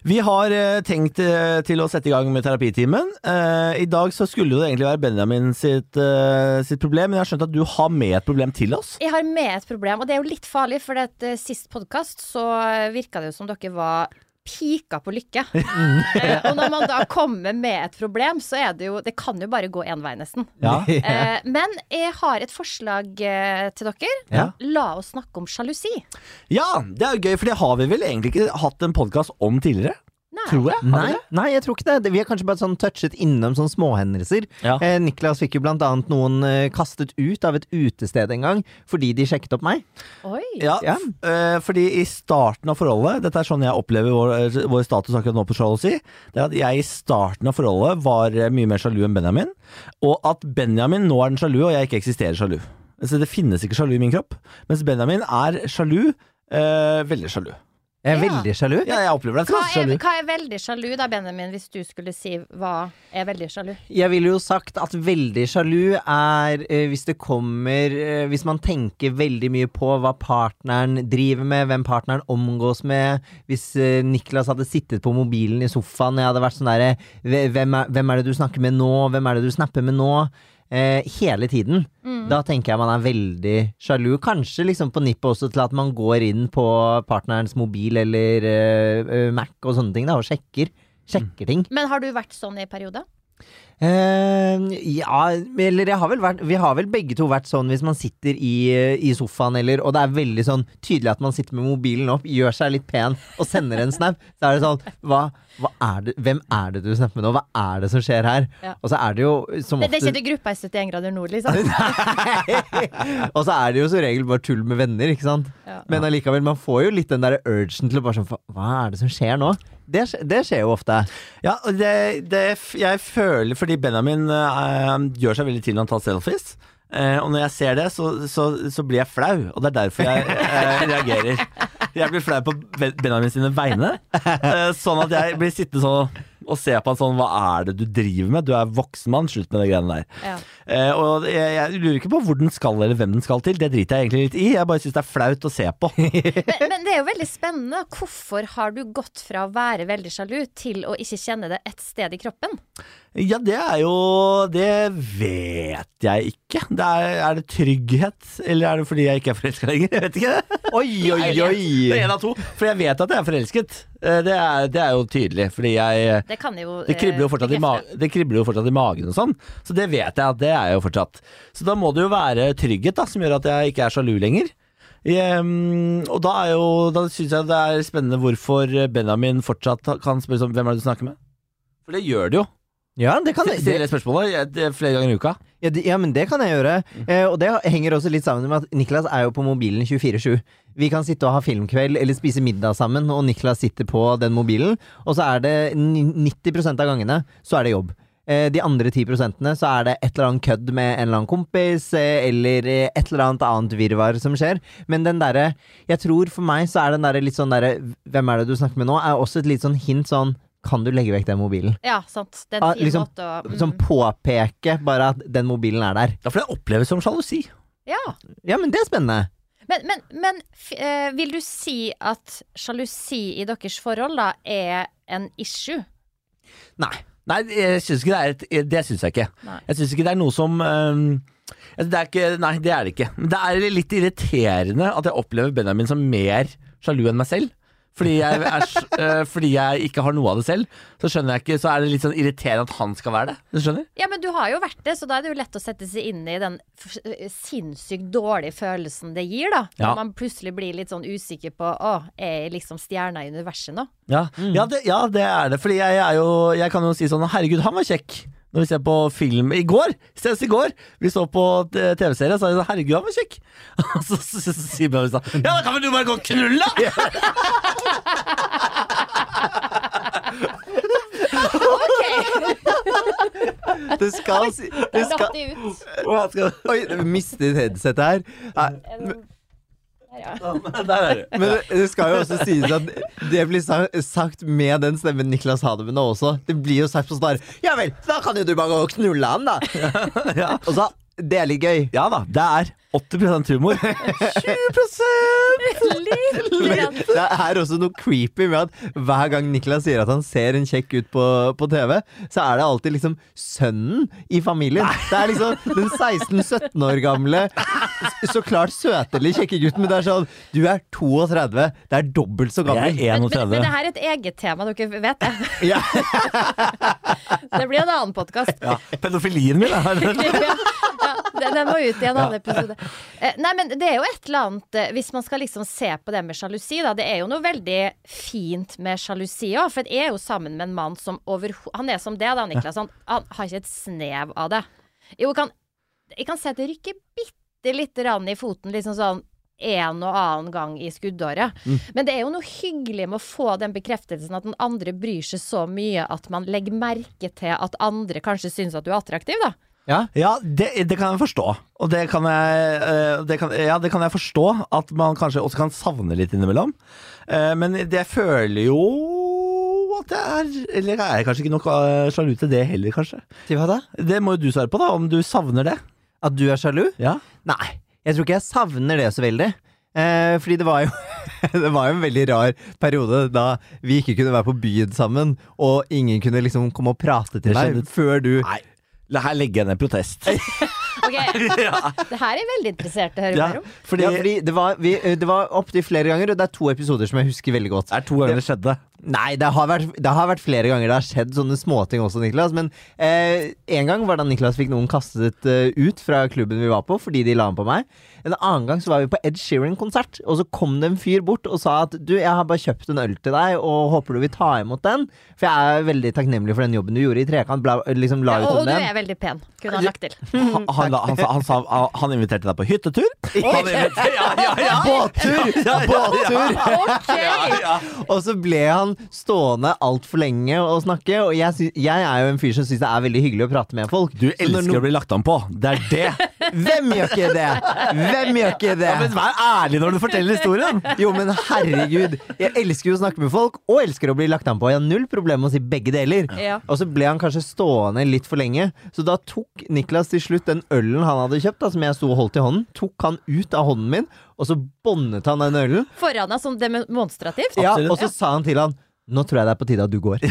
Speaker 1: Vi har eh, tenkt eh, til å sette i gang med terapitimen. Eh, I dag så skulle det egentlig være Benjamin sitt, eh, sitt problem, men jeg har skjønt at du har med et problem til oss.
Speaker 3: Jeg har med et problem, og det er jo litt farlig, for det at, eh, sist podkast så eh, virka det jo som dere var pika på lykke.
Speaker 1: Mm.
Speaker 3: Eh, og når man da kommer med et problem, så er det jo Det kan jo bare gå én vei, nesten.
Speaker 1: Ja.
Speaker 3: Eh, men jeg har et forslag eh, til dere.
Speaker 1: Ja.
Speaker 3: La oss snakke om sjalusi.
Speaker 1: Ja, det er gøy, for det har vi vel egentlig ikke hatt en podkast om tidligere?
Speaker 3: Nei.
Speaker 1: Tror jeg. Har vi
Speaker 2: Nei,
Speaker 1: det?
Speaker 2: nei, jeg tror ikke det. det. Vi har kanskje bare sånn touchet innom sånne småhendelser.
Speaker 1: Ja.
Speaker 2: Eh, Niklas fikk jo blant annet noen eh, kastet ut av et utested en gang fordi de sjekket opp meg.
Speaker 3: Oi.
Speaker 1: Ja,
Speaker 2: Ja.
Speaker 1: f- eh, fordi i starten av forholdet Dette er sånn jeg opplever vår, eh, vår status akkurat nå på Sjalusi. Det er at jeg i starten av forholdet var eh, mye mer sjalu enn Benjamin. Og at Benjamin nå er den sjalu, og jeg ikke eksisterer sjalu. Så det finnes ikke sjalu i min kropp. Mens Benjamin er sjalu. eh, veldig sjalu.
Speaker 2: Jeg er
Speaker 3: Ja.
Speaker 2: veldig sjalu.
Speaker 1: Ja, jeg opplever deg
Speaker 3: Hva
Speaker 1: ganske
Speaker 3: er,
Speaker 1: sjalu.
Speaker 3: hva er veldig sjalu da, Benjamin, hvis du skulle si hva er veldig sjalu?
Speaker 2: Jeg ville jo sagt at veldig sjalu er eh, hvis det kommer eh, Hvis man tenker veldig mye på hva partneren driver med, hvem partneren omgås med. Hvis eh, Niklas hadde sittet på mobilen i sofaen, jeg hadde vært sånn derre "Hve- hvem, er- hvem er det du snakker med nå? Hvem er det du snapper med nå? Eh, hele tiden. Da tenker jeg man er veldig sjalu. Kanskje liksom på nippet også til at man går inn på partnerens mobil eller eh, eh, Mac og sånne ting, da, og sjekker. Sjekker ting.
Speaker 3: Men har du vært sånn i perioder?
Speaker 2: Eh, ja, eller jeg har vel vært, vi har vel begge to vært sånn hvis man sitter i, eh, i sofaen eller Og det er veldig sånn tydelig at man sitter med mobilen opp, gjør seg litt pen og sender en snap. Så er det sånn hva, hva er det, Hvem er det du snapper med nå? Hva er det som skjer her?
Speaker 3: Ja.
Speaker 2: Og så er det jo som
Speaker 3: Det, det er
Speaker 2: ofte
Speaker 3: ikke til gruppa i 71 grader nord, liksom.
Speaker 2: Og så er det jo som regel bare tull med venner, ikke sant?
Speaker 3: Ja.
Speaker 2: Men allikevel, man får jo litt den der urgen til å bare sånn "Fa- Hva er det som skjer nå? Det, skje- det skjer jo ofte.
Speaker 1: Ja, og det, det, f- jeg føler fordi Benjamin eh, gjør seg veldig til når han tar selfies. Eh, og når jeg ser det, så, så, så blir jeg flau, og det er derfor jeg eh, reagerer. Jeg blir flau på Ben- Benjamin sine vegne. Eh, sånn at jeg blir sittende sånn og se på han sånn Hva er det du driver med? Du er voksen mann, slutt med de greiene der.
Speaker 3: Ja.
Speaker 1: Eh, og jeg, jeg lurer ikke på hvor den skal, eller hvem den skal til. Det driter jeg egentlig litt i. Jeg bare syns det er flaut å se på.
Speaker 3: Men, men det er jo veldig spennende. Hvorfor har du gått fra å være veldig sjalu til å ikke kjenne det et sted i kroppen?
Speaker 1: Ja, det er jo Det vet jeg ikke. Det er, er det trygghet, eller er det fordi jeg ikke er forelska lenger? Jeg vet ikke.
Speaker 2: Oi, oi,
Speaker 1: Det er
Speaker 2: oi!
Speaker 1: en av to. For jeg vet at jeg er forelsket. Eh, Det er, det er jo tydelig, fordi jeg
Speaker 3: Det kan jo
Speaker 1: det kribler, jo
Speaker 3: eh,
Speaker 1: fortsatt i ma
Speaker 3: bekrefte.
Speaker 1: det kribler jo fortsatt i magen og sånn, så det vet jeg at det er jeg jo fortsatt. Så da må det jo være trygghet da, som gjør at jeg ikke er sjalu lenger. Ehm, og da, er jo, da syns jeg det er spennende hvorfor Benjamin fortsatt kan spørre sånn Hvem er det du snakker med? For det gjør det jo.
Speaker 2: Ja, det kan
Speaker 1: Stiller Altså, det spørsmålet jeg- det er flere ganger i uka.
Speaker 2: Ja, det, ja, men det kan jeg gjøre. Eh, og det henger også litt sammen med at Niklas er jo på mobilen 24-7. Vi kan sitte og ha filmkveld eller spise middag sammen, og Niklas sitter på den mobilen. Og så er det ni- 90 av gangene så er det jobb. Eh, de andre 10 så er det et eller annet kødd med en eller annen kompis, eh, eller eh, et eller annet annet virvar som skjer. Men den derre Jeg tror for meg så er den derre litt sånn derre Hvem er det du snakker med nå? er også et litt sånn hint sånn Kan du legge vekk den mobilen?
Speaker 3: Ja, sant. Det er
Speaker 2: Ah,
Speaker 3: en fin
Speaker 2: liksom,
Speaker 3: måte å mm.
Speaker 2: Som påpeker bare at den mobilen er der.
Speaker 1: Ja, for det oppleves som sjalusi.
Speaker 3: Ja.
Speaker 2: Ja, men det er spennende.
Speaker 3: Men, men, men f- eh, vil du si at sjalusi i deres forhold da er en issue?
Speaker 1: Nei. Nei, jeg synes ikke det er et, Det syns jeg ikke.
Speaker 3: Nei.
Speaker 1: Jeg syns ikke det er noe som øhm, altså, det er ikke, Nei, det er det ikke. Men det er litt irriterende at jeg opplever Benjamin som mer sjalu enn meg selv. Fordi jeg, er, s- øh, fordi jeg ikke har noe av det selv, så skjønner jeg ikke Så er det litt sånn irriterende at han skal være det. Du skjønner?
Speaker 3: Ja, men du har jo vært det, så da er det jo lett å sette seg inn i den f- eh, sinnssykt dårlige følelsen det gir, da. Når
Speaker 1: Ja.
Speaker 3: man plutselig blir litt sånn usikker på å, er jeg liksom stjerna i universet nå?
Speaker 1: Ja, ja, det, ja det er det. Fordi jeg, er jo, jeg kan jo si sånn Herregud, han var kjekk. Når vi ser på film i går, senest i går, vi så på t- TV-serie, så sa jeg sånn Herregud, han var kjekk. Og så, så, så, så sier Bjørn sånn Ja, da kan vel du bare gå og knulle, da!
Speaker 3: OK!
Speaker 2: Det skal si det
Speaker 3: Der
Speaker 2: skal,
Speaker 3: datt de ut.
Speaker 2: Å, jeg skal, Oi, jeg mistet headsetet her. Nei,
Speaker 3: En- Der, ja.
Speaker 1: Der er du.
Speaker 2: Men det, det skal jo også sies at det blir sa- sagt med den stemmen Niklas hadde med nå også. Det blir jo sagt på snar Ja vel, da kan jo du bare gå og knulle han, da.
Speaker 1: Ja.
Speaker 2: Og så, det er litt gøy.
Speaker 1: Ja da, det er 80 humor.
Speaker 2: 20
Speaker 3: Litt grann.
Speaker 2: Det er også noe creepy med at hver gang Niklas sier at han ser en kjekk ut på, på TV, så er det alltid liksom sønnen i familien. Det er liksom den 16-17 år gamle, s- så klart søtelig kjekke gutten, men det er sånn Du er 32, det er dobbelt så gammel.
Speaker 1: Jeg er
Speaker 3: Men, men, men
Speaker 1: 31.
Speaker 3: det her er et eget tema, dere vet det.
Speaker 2: Ja.
Speaker 3: Det blir en annen podkast.
Speaker 1: Ja. Pedofilien min er
Speaker 3: ja, den, den må ut i en annen episode. Eh, nei, men det er jo et eller annet eh, Hvis man skal liksom se på det med sjalusi, da. Det er jo noe veldig fint med sjalusi òg. For jeg er jo sammen med en mann som overhodet Han er som det, da, Niklas. Han, han har ikke et snev av det. Jo, jeg kan, jeg kan se at det rykker bitte lite grann i foten, liksom sånn en og annen gang i skuddåret. Men det er jo noe hyggelig med å få den bekreftelsen at den andre bryr seg så mye at man legger merke til at andre kanskje syns at du er attraktiv, da.
Speaker 2: Ja.
Speaker 1: Ja, det, det kan jeg forstå. Og det kan jeg, eh, det kan, ja, det kan jeg forstå at man kanskje også kan savne litt innimellom. Eh, Men det jeg føler jo at jeg er Eller jeg er kanskje ikke nok eh, sjalu til det heller, kanskje.
Speaker 2: Til hva da?
Speaker 1: Det må jo du svare på, da, om du savner det.
Speaker 2: At du er sjalu?
Speaker 1: Ja.
Speaker 2: Nei, jeg tror ikke jeg savner det så veldig. Eh, fordi det var, jo, det var jo en veldig rar periode da vi ikke kunne være på byen sammen, og ingen kunne liksom komme og prate til
Speaker 1: Det
Speaker 2: deg
Speaker 1: skjedde.
Speaker 2: før du
Speaker 1: Nei, la her legger jeg ned protest.
Speaker 3: Ok, Det her er jeg veldig interessert i å høre
Speaker 1: Ja,
Speaker 3: mer om.
Speaker 1: fordi
Speaker 2: ja, fordi det var, vi, eh, det var opptil flere ganger, og det er to episoder som jeg husker veldig godt.
Speaker 1: det er to ganger det skjedde.
Speaker 2: Nei, det har, vært, det har vært flere ganger det har skjedd sånne småting også, Niklas. Men eh, en gang var da Niklas fikk noen kastet eh, ut fra klubben vi var på fordi de la an på meg. En annen gang så var vi på Ed Sheeran-konsert, og så kom det en fyr bort og sa at du, jeg har bare kjøpt en øl til deg og håper du vil ta imot den. For jeg er veldig takknemlig for den jobben du gjorde i Trekant. Bla, liksom, la
Speaker 3: Ja,
Speaker 2: ut
Speaker 3: og,
Speaker 2: om
Speaker 3: og du
Speaker 2: den.
Speaker 3: er veldig pen, kunne han lagt til.
Speaker 1: Han, han, han, sa- han, sa- han inviterte deg på hyttetur. Han inviterte, ja, ja, ja.
Speaker 2: Båttur! Båttur!
Speaker 3: Ok!
Speaker 2: Og så ble han stående altfor lenge og snakke, og jeg, sy jeg er jo en fyr som syns det er veldig hyggelig å prate med folk.
Speaker 1: Du
Speaker 2: Så når
Speaker 1: elsker å bli lagt an på. Det er det.
Speaker 2: Hvem gjør ikke det? Hvem gjør ikke det?
Speaker 1: Ja, men vær ærlig når du forteller historien.
Speaker 2: Jo, men herregud. Jeg elsker jo å snakke med folk, og elsker å bli lagt an på. Jeg har null problem med å si begge deler.
Speaker 3: Ja.
Speaker 2: Og så ble han kanskje stående litt for lenge, så da tok Niklas til slutt den ølen han hadde kjøpt, da, som jeg sto og holdt i hånden, tok han ut av hånden min, og så båndet han den ølen.
Speaker 3: Foran deg som demonstrativt.
Speaker 2: Ja,
Speaker 1: Absolutt.
Speaker 2: og så sa han til han Nå tror jeg det er på tide at du går.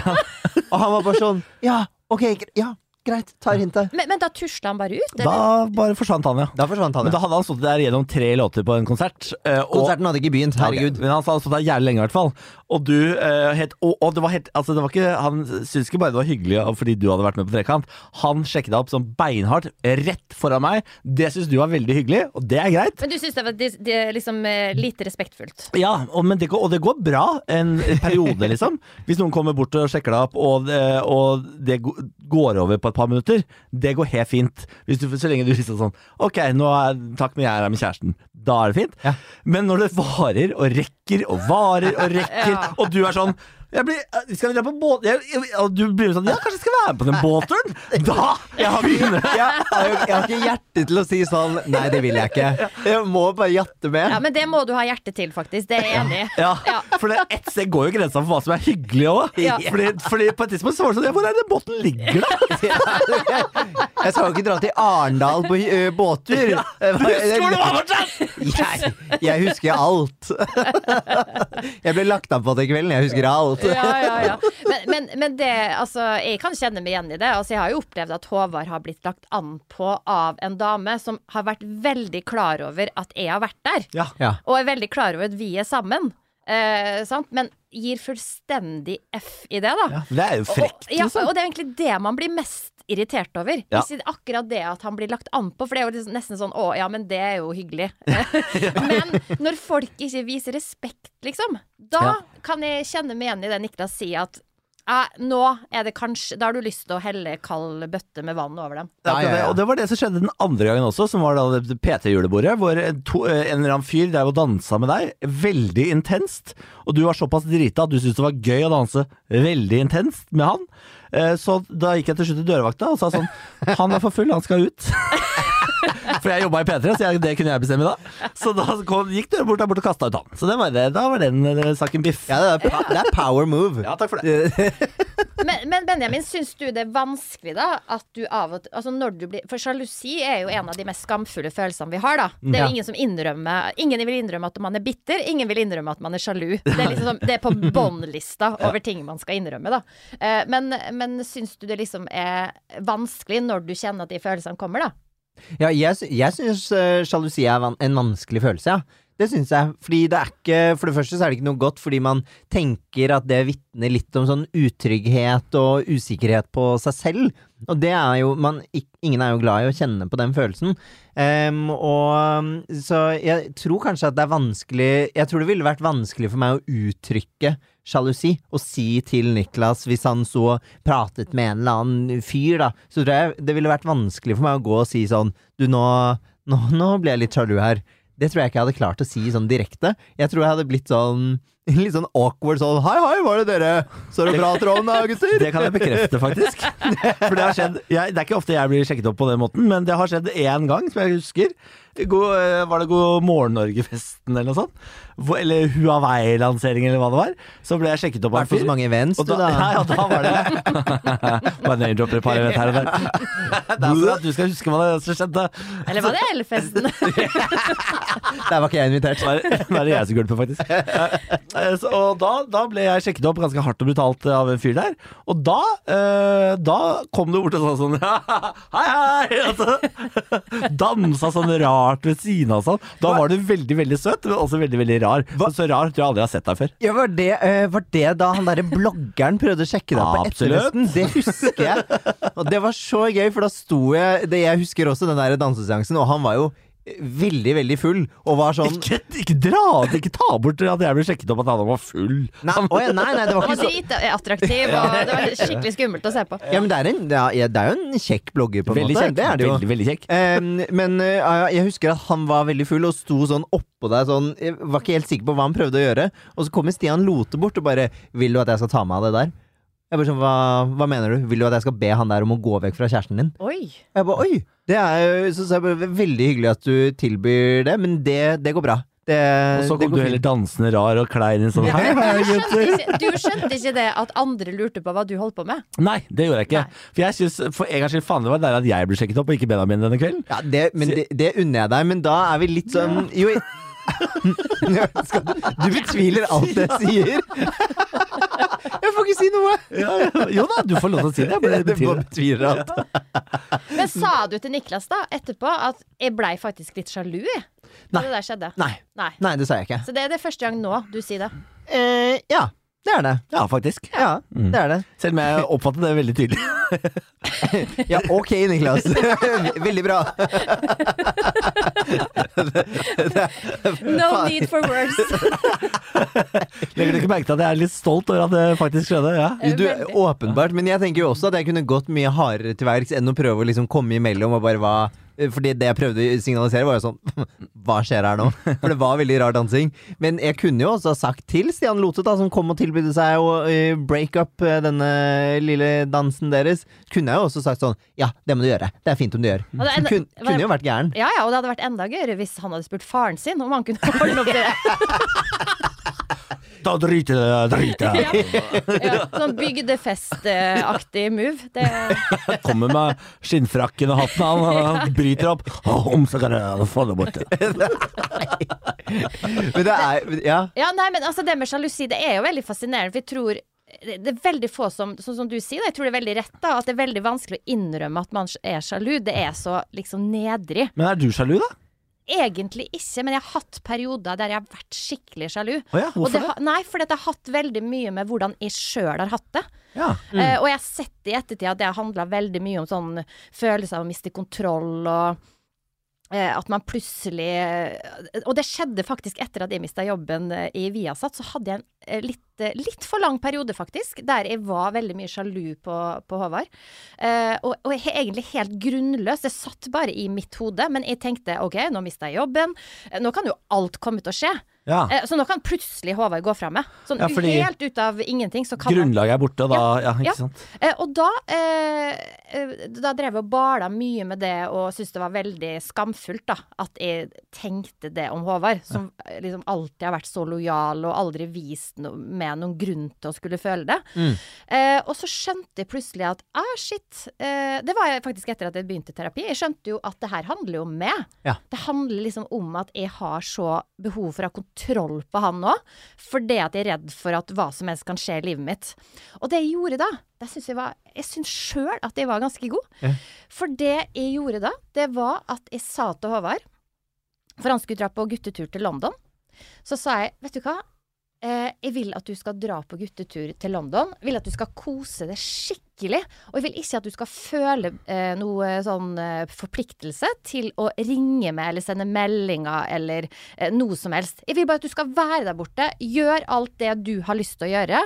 Speaker 2: og han var bare sånn Ja, ok, gre- ja, greit, tar hintet.
Speaker 3: Men, men da tusla han bare ut?
Speaker 1: Da
Speaker 3: Eller?
Speaker 1: bare forsvant han, ja.
Speaker 2: Da forsvant han.
Speaker 1: Men
Speaker 2: ja.
Speaker 1: da hadde han stått der gjennom tre låter på en konsert. eh, og-
Speaker 2: Konserten hadde ikke begynt,
Speaker 1: Ja, ok.
Speaker 2: herregud.
Speaker 1: Men han hadde stått der jævlig lenge, i hvert fall. Og du eh, het Og, og det var helt Altså, det var ikke Han syntes ikke bare det var hyggelig og fordi du hadde vært med på Trekant. Han sjekket deg opp sånn beinhardt rett foran meg. Det syns du var veldig hyggelig, og det er greit.
Speaker 3: Men du syns det var dis- det er liksom eh, lite respektfullt?
Speaker 1: Ja, og, men det, går- og det går bra en periode, liksom. Hvis noen kommer bort og sjekker deg opp, og det, og det go- går over på et par minutter, det går helt fint. Hvis du, så lenge du liksom sånn Ok, nå er, takk, men jeg er her med kjæresten. Da er det fint.
Speaker 2: Ja.
Speaker 1: Men når det varer og rekker og varer og rekker,
Speaker 3: Ja.
Speaker 1: og du er sånn jeg blir, skal vi dra på båt... Jeg, jeg, og du blir sånn Ja, kanskje jeg skal være med på den båtturen? Da! Jeg har mine.
Speaker 2: Jeg har, jo, jeg har ikke hjerte til å si sånn Nei, det vil jeg ikke. Jeg må bare jatte med.
Speaker 3: Ja, Men det må du ha hjerte til, faktisk. Det er jeg enig i.
Speaker 1: Ja, for det, ett sted går jo grensa for hva som er hyggelig òg.
Speaker 3: Ja.
Speaker 1: Fordi, fordi på et tidspunkt så var det sånn ja, Hvor er det båten ligger, da?
Speaker 2: Jeg skal jo ikke dra til Arendal på ø, båttur. Eh, Jeg, jeg husker alt. Jeg ble lagt opp på den kvelden. Jeg husker alt.
Speaker 3: Ja, ja, ja. Men, men, men det, altså, jeg kan kjenne meg igjen i det. Altså, jeg har jo opplevd at Håvard har blitt lagt an på av en dame som har vært veldig klar over at jeg har vært der.
Speaker 1: Ja.
Speaker 2: Ja.
Speaker 3: Og er veldig klar over at vi er sammen. Eh, sant? Men gir fullstendig F i det, da.
Speaker 1: Ja, Det er jo frekt. liksom.
Speaker 3: Og, ja,
Speaker 2: liksom.
Speaker 3: og det er egentlig det man blir mest irritert over.
Speaker 1: Ja.
Speaker 3: Hvis det- akkurat det at han blir lagt an på, for det er jo liksom nesten sånn å ja, men det er jo hyggelig. men når folk ikke viser respekt, liksom, da
Speaker 1: Ja.
Speaker 3: kan jeg kjenne meg igjen i det Niklas sier at Eh, nå er det kanskje Da har du lyst til å helle kald bøtte med vann over dem.
Speaker 1: Det er
Speaker 2: Ja,
Speaker 1: akkurat
Speaker 2: ja, ja.
Speaker 1: det. Og det var det som skjedde den andre gangen også, som var da det P3-julebordet, hvor en to, eh, en eller annen fyr der og dansa med deg veldig intenst, og du var såpass drita at du syntes det var gøy å danse veldig intenst med han. Eh, Så da gikk jeg til slutt til dørvakta og sa sånn Han er for full, han skal ut. For jeg jobba i P3, så jeg, det kunne jeg bestemme da. Så da kom, gikk døra bort der borte og kasta ut han. Så det var det, da var den eh, saken biff.
Speaker 2: Ja, det er, pa- det er power move.
Speaker 1: Ja, takk for det.
Speaker 3: Men, men Benjamin, syns du det er vanskelig, da? At du av og til Altså når du blir For sjalusi er jo en av de mest skamfulle følelsene vi har, da. Det er
Speaker 2: Ja.
Speaker 3: jo ingen som innrømmer Ingen vil innrømme at man er bitter. Ingen vil innrømme at man er sjalu. Det er liksom sånn- Det er på båndlista over ting man skal innrømme, da. Eh, Men, men syns du det liksom er vanskelig når du kjenner at de følelsene kommer, da?
Speaker 2: Ja, jeg, sy- jeg syns eh, sjalusi er van en vanskelig følelse, ja. Det syns jeg. Fordi det er ikke, for det første så er det ikke noe godt, fordi man tenker at det vitner litt om sånn utrygghet og usikkerhet på seg selv. Og det er jo man, ik- Ingen er jo glad i å kjenne på den følelsen. Em, og mm, Så jeg tror kanskje at det er vanskelig Jeg tror det ville vært vanskelig for meg å uttrykke sjalusi og si til Niklas, hvis han så pratet med en eller annen fyr, da, så tror jeg det ville vært vanskelig for meg å gå og si sånn Du, nå, nå, nå ble jeg litt sjalu her. Det tror jeg ikke jeg hadde klart å si sånn direkte. Jeg tror jeg hadde blitt sånn litt sånn awkward sånn Hei, hei, var det dere? Så det bra til da, gutter?
Speaker 1: Det kan jeg bekrefte, faktisk. For det har skjedd jeg, Det er ikke ofte jeg blir sjekket opp på den måten, men det har skjedd én gang, som jeg husker. God, eh, var det God morgen Norge-festen eller noe sånt? Hvor- Eller Huawei-lansering, eller hva det var. Så ble jeg sjekket opp av en
Speaker 2: Vært på
Speaker 1: fyr.
Speaker 2: så mange events,
Speaker 1: Og
Speaker 2: du,
Speaker 1: da,
Speaker 2: da.
Speaker 1: ja, ja, da var det det. Bare name-dropper et par event her og der. Det er for at du skal huske hva det er som skjedde.
Speaker 3: Eller var det elfesten?
Speaker 2: Der var ikke jeg invitert.
Speaker 1: Nå er det- nå er det jeg som gulper, faktisk. Eh, eh, så- Og da, da ble jeg sjekket opp ganske hardt og brutalt eh, av en fyr der. Og da, eh, da kom du bort og sa sånn Hei, hei! Og så dansa sånn rart ved siden av sånn. Da var du veldig, veldig søt, men også veldig, veldig rar. Så rar tror jeg aldri jeg har sett deg før.
Speaker 2: Ja, var det, eh, var det da han derre bloggeren prøvde å sjekke deg på
Speaker 1: Absolutt.
Speaker 2: etterlysten? Det husker jeg. Og det var så gøy, for da sto jeg det Jeg husker også den der danseseansen, og han var jo eh, veldig, veldig full, og var sånn
Speaker 1: Ikke, ikke dra Ikke ta bort at jeg ble sjekket opp at han var full.
Speaker 2: Nei, åja, nei, nei, det var
Speaker 3: Han var
Speaker 2: ikke så
Speaker 3: dritattraktiv, og det var skikkelig skummelt å se på.
Speaker 2: Ja, men det er, en, det er- ja, det er jo en kjekk blogger, på en
Speaker 1: Veldig
Speaker 2: måte.
Speaker 1: kjekk.
Speaker 2: Det er det jo.
Speaker 1: Veldig, veldig kjekk.
Speaker 2: Em, men eh, ja, jeg husker at han var veldig full og sto sånn oppå deg sånn Jeg var ikke helt sikker på hva han prøvde å gjøre. Og så kommer Stian Lote bort og bare 'Vil du at jeg skal ta meg av det der?' Jeg bare sånn, hva, hva mener du? Vil du at jeg skal be han der om å gå vekk fra kjæresten din?
Speaker 3: Oi.
Speaker 2: Og jeg bare, oi, det er jo så, så jeg bare, veldig hyggelig at du tilbyr det, men det, det går bra. Det,
Speaker 1: Og så
Speaker 2: Eh, det
Speaker 1: kom
Speaker 2: går
Speaker 1: du heller
Speaker 2: fint.
Speaker 1: dansende rar og klein inn sånn Hei, hei,
Speaker 3: Du
Speaker 1: gutter.
Speaker 3: skjønte, ikke, du skjønte ikke det at andre lurte på hva du holdt på med?
Speaker 1: Nei, det gjorde jeg ikke.
Speaker 3: Nei.
Speaker 1: For jeg synes, for en gangs skyld, faen det var deilig at jeg ble sjekket opp, og ikke Benjamin denne kvelden.
Speaker 2: Ja, det, men det, det unner jeg deg, men da er vi litt sånn Jo, jeg- Skal du- du betviler alt jeg sier. Jeg får ikke si noe!
Speaker 1: Jo da, du får lov til å si det. Men det
Speaker 2: Du
Speaker 1: betyr
Speaker 2: bare
Speaker 1: det.
Speaker 2: betviler alt.
Speaker 3: Men sa du til Niklas da etterpå at jeg blei faktisk litt sjalu jeg, da
Speaker 2: Nei.
Speaker 3: det der skjedde?
Speaker 2: Nei.
Speaker 3: Nei.
Speaker 2: Nei, det sa jeg ikke.
Speaker 3: Så det er det første gang nå du sier det.
Speaker 2: Eh, ja, det er det.
Speaker 1: Ja, faktisk.
Speaker 2: Ja, Mm. det er det.
Speaker 1: Selv om jeg oppfattet det veldig tydelig.
Speaker 2: Ja, ok, Niklas. Veldig bra.
Speaker 3: No need for words.
Speaker 1: Legger du ikke merke til at jeg er litt stolt over at det faktisk skjedde? Ja.
Speaker 3: Eh,
Speaker 2: Du,
Speaker 3: veldig.
Speaker 2: åpenbart, men jeg tenker jo også at jeg kunne gått mye hardere til verks enn å prøve å liksom komme imellom og bare hva fordi det jeg prøvde å signalisere, var jo sånn Hva skjer her nå? For det var veldig rar dansing. Men jeg kunne jo også ha sagt til Stian Lote, da, som kom og tilbød seg å eh, break up eh, denne lille dansen deres, kunne jeg jo også sagt sånn Ja, det må du gjøre. Det er fint om du gjør.
Speaker 3: det er-
Speaker 2: Kun, kunne jo vært gæren.
Speaker 3: Ja ja, og det hadde vært enda gøyere hvis han hadde spurt faren sin om han kunne ordne opp i det.
Speaker 1: Da driter jeg, driter jeg.
Speaker 3: Ja, sånn bygdefestaktig move. Det,
Speaker 1: Han Kommer med skinnfrakken og hatten, han, og han bryter opp. Åh, om så kan jeg få det borte.
Speaker 2: Men det er Ja.
Speaker 3: ja, nei, men altså det med sjalusi, det er jo veldig fascinerende, for jeg tror det det er veldig få som Sånn som du sier, da, jeg tror det er veldig rett, da, at det er veldig vanskelig å innrømme at man er sjalu. Det er så liksom nedrig.
Speaker 1: Men er du sjalu, da?
Speaker 3: Egentlig ikke, men jeg har hatt perioder der jeg har vært skikkelig sjalu.
Speaker 1: Å ja,
Speaker 3: Og
Speaker 1: hvorfor
Speaker 3: det?
Speaker 1: det?
Speaker 3: har- Nei, fordi at jeg har hatt veldig mye med hvordan jeg sjøl har hatt det.
Speaker 1: Ja.
Speaker 3: Eh, og jeg har sett i ettertid at det har handla veldig mye om sånn følelse av å miste kontroll og eh, at man plutselig Og det skjedde faktisk etter at jeg mista jobben eh, i Viasat, så hadde jeg en eh, litt eh, litt for lang periode, faktisk, der jeg var veldig mye sjalu på, på Håvard. Eh, og, og he- egentlig helt grunnløst. Det satt bare i mitt hode. Men jeg tenkte OK, nå mista jeg jobben. Eh, Nå kan jo alt komme til å skje.
Speaker 1: Ja.
Speaker 3: Eh, så nå kan plutselig Håvard gå fra meg. Sånn
Speaker 1: Ja, fordi-
Speaker 3: helt ut av ingenting. Så kan han
Speaker 1: Grunnlaget er borte, da. Ja,
Speaker 3: ja.
Speaker 1: ikke sant.
Speaker 3: Eh, og da, eh, eh, da drev jeg og bala mye med det og syntes det var veldig skamfullt da, at jeg tenkte det om Håvard, som eh, liksom alltid har vært så lojal og aldri vist no med noen grunn til å skulle føle det. Eh, og så skjønte jeg plutselig at ah, shit. Eh, det var jeg faktisk etter at jeg begynte terapi. Jeg skjønte jo at det her handler jo om meg.
Speaker 2: Ja.
Speaker 3: Det handler liksom om at jeg har så behov for å ha kontroll på han nå, fordi at jeg er redd for at hva som helst kan skje i livet mitt. Og det jeg gjorde da, det synes jeg var Jeg syns sjøl at jeg var ganske god.
Speaker 2: Ja.
Speaker 3: For det jeg gjorde da, det var at jeg sa til Håvard For han skulle dra på guttetur til London. Så sa jeg, vet du hva Eh, jeg vil at du skal dra på guttetur til London. Jeg vil at du skal kose deg skikkelig. Og jeg vil ikke at du skal føle eh, noe sånn eh, forpliktelse til å ringe meg eller sende meldinger eller eh, noe som helst. Jeg vil bare at du skal være der borte. Gjør alt det du har lyst til å gjøre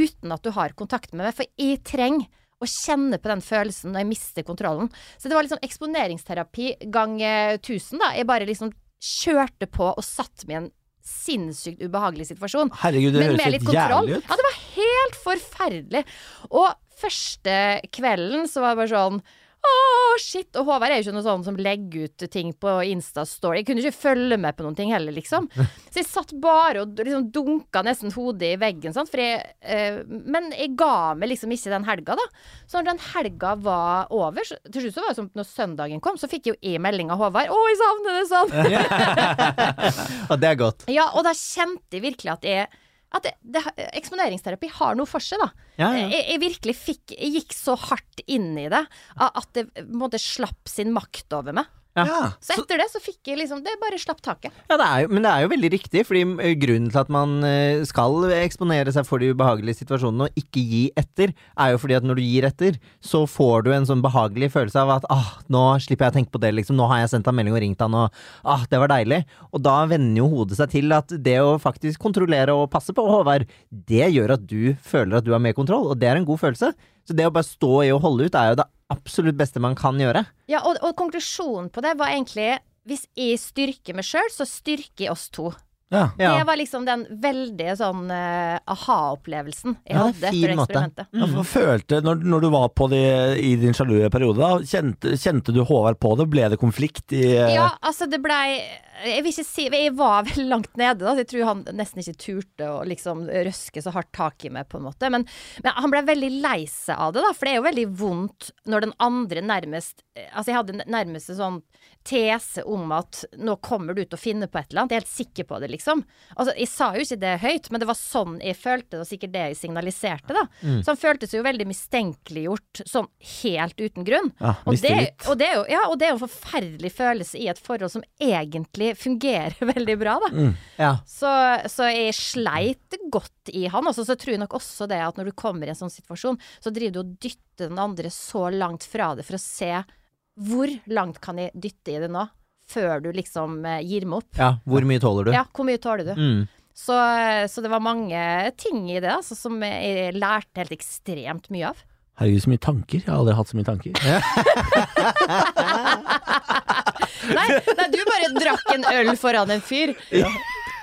Speaker 3: uten at du har kontakt med meg. For jeg trenger å kjenne på den følelsen når jeg mister kontrollen. Så det var liksom eksponeringsterapi gang eh, 1000, da. Jeg bare liksom kjørte på og satte meg i en sinnssykt ubehagelig situasjon.
Speaker 1: Herregud, det
Speaker 3: Men med
Speaker 1: høres
Speaker 3: litt
Speaker 1: helt
Speaker 3: kontroll.
Speaker 1: jævlig ut.
Speaker 3: Ja, det var helt forferdelig. Og første kvelden så var det bare sånn Åh, shit. Og Håvard er jo ikke noe sånn som legger ut ting på Insta-story. Jeg kunne ikke følge med på noen ting heller, liksom. Så jeg satt bare og liksom dunka nesten hodet i veggen, sant. For jeg, eh, men jeg ga meg liksom ikke den helga, da. Så når den helga var over, så, til slutt så var det som når søndagen kom, så fikk jeg jo e-melding av Håvard. Å, jeg savner det sånn!
Speaker 2: Og det er godt.
Speaker 3: Ja, og da kjente jeg virkelig at jeg at det, det, eksponeringsterapi har noe for seg, da.
Speaker 2: Ja, ja.
Speaker 3: Jeg, jeg virkelig fikk Jeg gikk så hardt inn i det a- at det på en måte slapp sin makt over meg.
Speaker 1: Ja.
Speaker 3: Så etter det så fikk jeg liksom Det bare slapp taket.
Speaker 2: Ja, det er jo, men det er jo veldig riktig, fordi eh, grunnen til at man eh, skal eksponere seg for de ubehagelige situasjonene og ikke gi etter, er jo fordi at når du gir etter, så får du en sånn behagelig følelse av at ah, nå slipper jeg å tenke på det, liksom, nå har jeg sendt han melding og ringt han, og ah, det var deilig. Og da vender jo hodet seg til at det å faktisk kontrollere og passe på Håvard, det gjør at du føler at du har mer kontroll, og det er en god følelse. Så det å bare stå i og holde ut er jo det absolutt beste man kan gjøre.
Speaker 3: Ja, og, og konklusjonen på det var egentlig Hvis jeg styrker meg sjøl, så styrker jeg oss to.
Speaker 1: Ja.
Speaker 2: Ja.
Speaker 3: Det var liksom den veldig sånn eh, aha-opplevelsen jeg
Speaker 2: Ja, det er
Speaker 3: hadde
Speaker 2: fin
Speaker 3: etter
Speaker 2: måte.
Speaker 3: eksperimentet.
Speaker 1: Ja, for Følte, når, når du var på det i din sjalue periode, da, kjente, kjente du Håvard på det? Ble det konflikt i eh,
Speaker 3: Ja, altså det blei Jeg vil ikke si Jeg var veldig langt nede, da. så Jeg tror han nesten ikke turte å liksom røske så hardt tak i meg, på en måte. Men, men han blei veldig lei seg av det, da. For det er jo veldig vondt når den andre nærmest Altså jeg hadde nærmest en sånn tese om at nå kommer du til å finne på et eller annet. Jeg er helt sikker på det, liksom. Altså jeg sa jo ikke det høyt, men det var sånn jeg følte det, og sikkert det jeg signaliserte, da. Så han følte seg jo veldig mistenkeliggjort sånn helt uten grunn.
Speaker 1: Ja,
Speaker 3: og det,
Speaker 1: mistillit.
Speaker 3: og det er jo, ja, og det er jo en forferdelig følelse i et forhold som egentlig fungerer veldig bra, da.
Speaker 2: Ja.
Speaker 3: Så, så jeg sleit godt i han. Altså, så tror jeg nok også det at når du kommer i en sånn situasjon, så driver du og dytter den andre så langt fra det for å se hvor langt kan jeg dytte i det nå, før du liksom eh, gir meg opp.
Speaker 2: ja. Hvor mye tåler du?
Speaker 3: Ja, hvor mye tåler du?
Speaker 2: Mm.
Speaker 3: Så, så det var mange ting i det altså, som jeg lærte helt ekstremt mye av.
Speaker 1: Herregud, så mye tanker. Jeg har aldri hatt så mye tanker.
Speaker 3: Nei, nei, du bare drakk en øl foran en fyr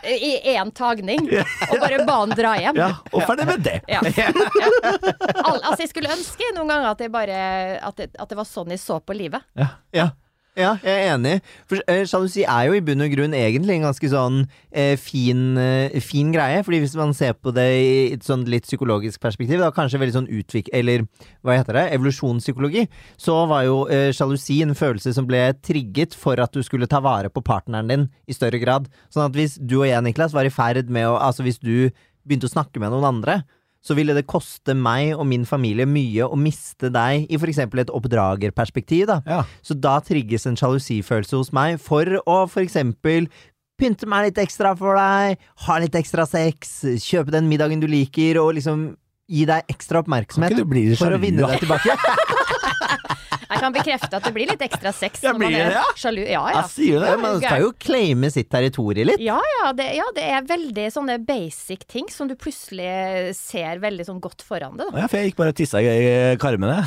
Speaker 3: i én tagning, og bare ba han dra hjem.
Speaker 1: Ja, Og ferdig med det.
Speaker 3: Ja. Al altså, jeg skulle ønske noen ganger at, jeg bare, at, det, at det var sånn jeg så på livet.
Speaker 2: Ja. Ja, jeg er enig. For eh, Sjalusi er jo i bunn og grunn egentlig en ganske sånn eh, fin, eh, fin greie. Fordi hvis man ser på det i et sånn litt psykologisk perspektiv, da kanskje veldig sånn utvik... Eller hva heter det? Evolusjonspsykologi. Så var jo eh, sjalusi en følelse som ble trigget for at du skulle ta vare på partneren din i større grad. Sånn at hvis du og jeg, Niklas, var i ferd med å Altså hvis du begynte å snakke med noen andre, så ville det koste meg og min familie mye å miste deg i f.eks. et oppdragerperspektiv. da.
Speaker 1: Ja.
Speaker 2: Så da trigges en sjalusifølelse hos meg for å f.eks. pynte meg litt ekstra for deg, ha litt ekstra sex, kjøpe den middagen du liker, og liksom gi deg ekstra
Speaker 1: Kan
Speaker 2: oppmerksomhet
Speaker 1: ikke du bli litt
Speaker 2: for å
Speaker 1: sjalu,
Speaker 2: vinne
Speaker 1: da?
Speaker 2: deg tilbake.
Speaker 3: Jeg kan bekrefte at det blir litt ekstra sex
Speaker 1: Ja,
Speaker 3: når man
Speaker 1: blir det Altså.
Speaker 3: er
Speaker 1: det?
Speaker 3: sjalu. Ja,
Speaker 1: Ja,
Speaker 3: ja.
Speaker 1: sier du det?
Speaker 2: Ja, Man skal jo claime sitt territorium litt.
Speaker 3: Ja, ja det, ja, det er veldig sånne basic ting som du plutselig ser veldig sånn godt foran deg. da.
Speaker 1: Ja, for jeg gikk bare og tissa i i karmene.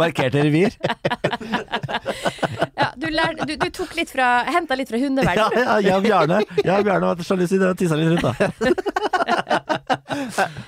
Speaker 1: Markerte revir.
Speaker 3: Ja, du, lær, du, du tok litt fra Henta litt fra
Speaker 1: Ja,
Speaker 3: hundeverdenen.
Speaker 1: ja, jeg og Bjarne Jeg og Bjarne var så lyst til å tisse litt rundt, da.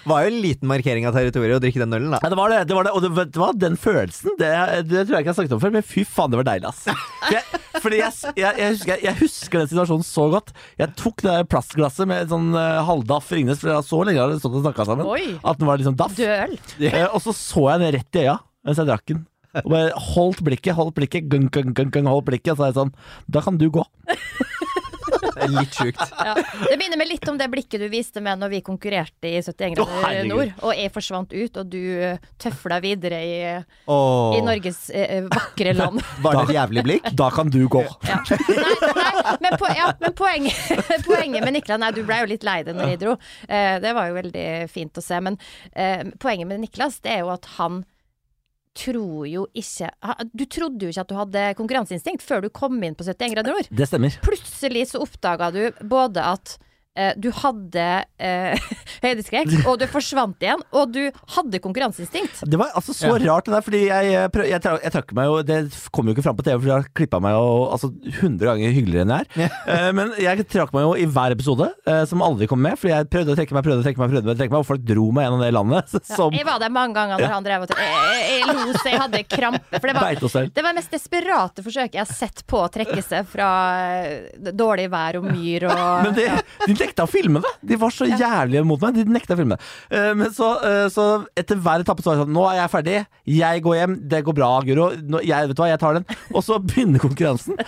Speaker 2: Var jo en liten markering av territoriet å drikke den ølen, da.
Speaker 1: Ja, det var det, det var det. Og du vet du hva, den følelsen, det, det tror jeg ikke jeg har snakket om før, men fy faen, det var deilig, ass. For Jeg, fordi jeg, jeg, jeg, husker, jeg husker den situasjonen så godt. Jeg tok det der plastglasset med et sånn eh, halvdaff Ringnes, for det var så lenge jeg hadde stått og snakka sammen,
Speaker 3: Oi.
Speaker 1: at den var liksom daff.
Speaker 3: Døl.
Speaker 1: Eh, og så så jeg den rett i øya mens jeg drakk den. Og bare holdt blikket, holdt blikket, gung, gung, gung, gung, holdt blikket, og så er jeg sånn Da kan du gå.
Speaker 2: Det er litt sjukt.
Speaker 3: Ja. Det minner meg litt om det blikket du viste meg når vi konkurrerte i 71
Speaker 1: Å,
Speaker 3: grader
Speaker 1: herregud.
Speaker 3: nord, og jeg forsvant ut, og du tøfla videre i,
Speaker 2: Åh.
Speaker 3: i Norges eh, vakre land.
Speaker 2: Var det et jævlig blikk?
Speaker 1: Da kan du gå.
Speaker 3: Ja. Nei, nei, men, po ja, men poenget, poenget med Niklas Nei, du ble jo litt lei deg når jeg dro. Eh, det var jo veldig fint å se. Men eh, poenget med Niklas, det er jo at han tror jo ikke ha- Du trodde jo ikke at du hadde konkurranseinstinkt før du kom inn på 71 grader nord.
Speaker 1: Det stemmer.
Speaker 3: Plutselig så oppdaga du både at eh, du hadde eh, høydeskrekk, og du forsvant igjen, og du hadde konkurranseinstinkt.
Speaker 1: Det var altså så rart, det der, fordi jeg, eh, prøv, jeg, tra- jeg trakk meg jo Det kom jo ikke fram på TV, for de har klippa meg jo altså, 100 ganger hyggeligere enn jeg er. Eh, Men jeg trakk meg jo i hver episode, eh, som aldri kom med. Fordi jeg prøvde å trekke meg, prøvde å trekke meg, prøvde å trekke meg og folk dro meg gjennom det landet. så- Som
Speaker 3: Jeg var der mange ganger når han drev og jeg, jeg, jeg lo så jeg hadde krampe. For det var,
Speaker 1: Beit oss selv.
Speaker 3: det var det mest desperate forsøket jeg har sett på å trekke seg fra eh, dårlig vær og myr og
Speaker 1: Men det, de nekta å filme det! De var så jævlige mot meg. De nekta å filme det. Eh, Men så, eh, så etter hver etappe så var det sånn Nå er jeg ferdig. Jeg går hjem. Det går bra, Guro. Nå, jeg, vet du hva, jeg tar den. Og så begynner konkurransen.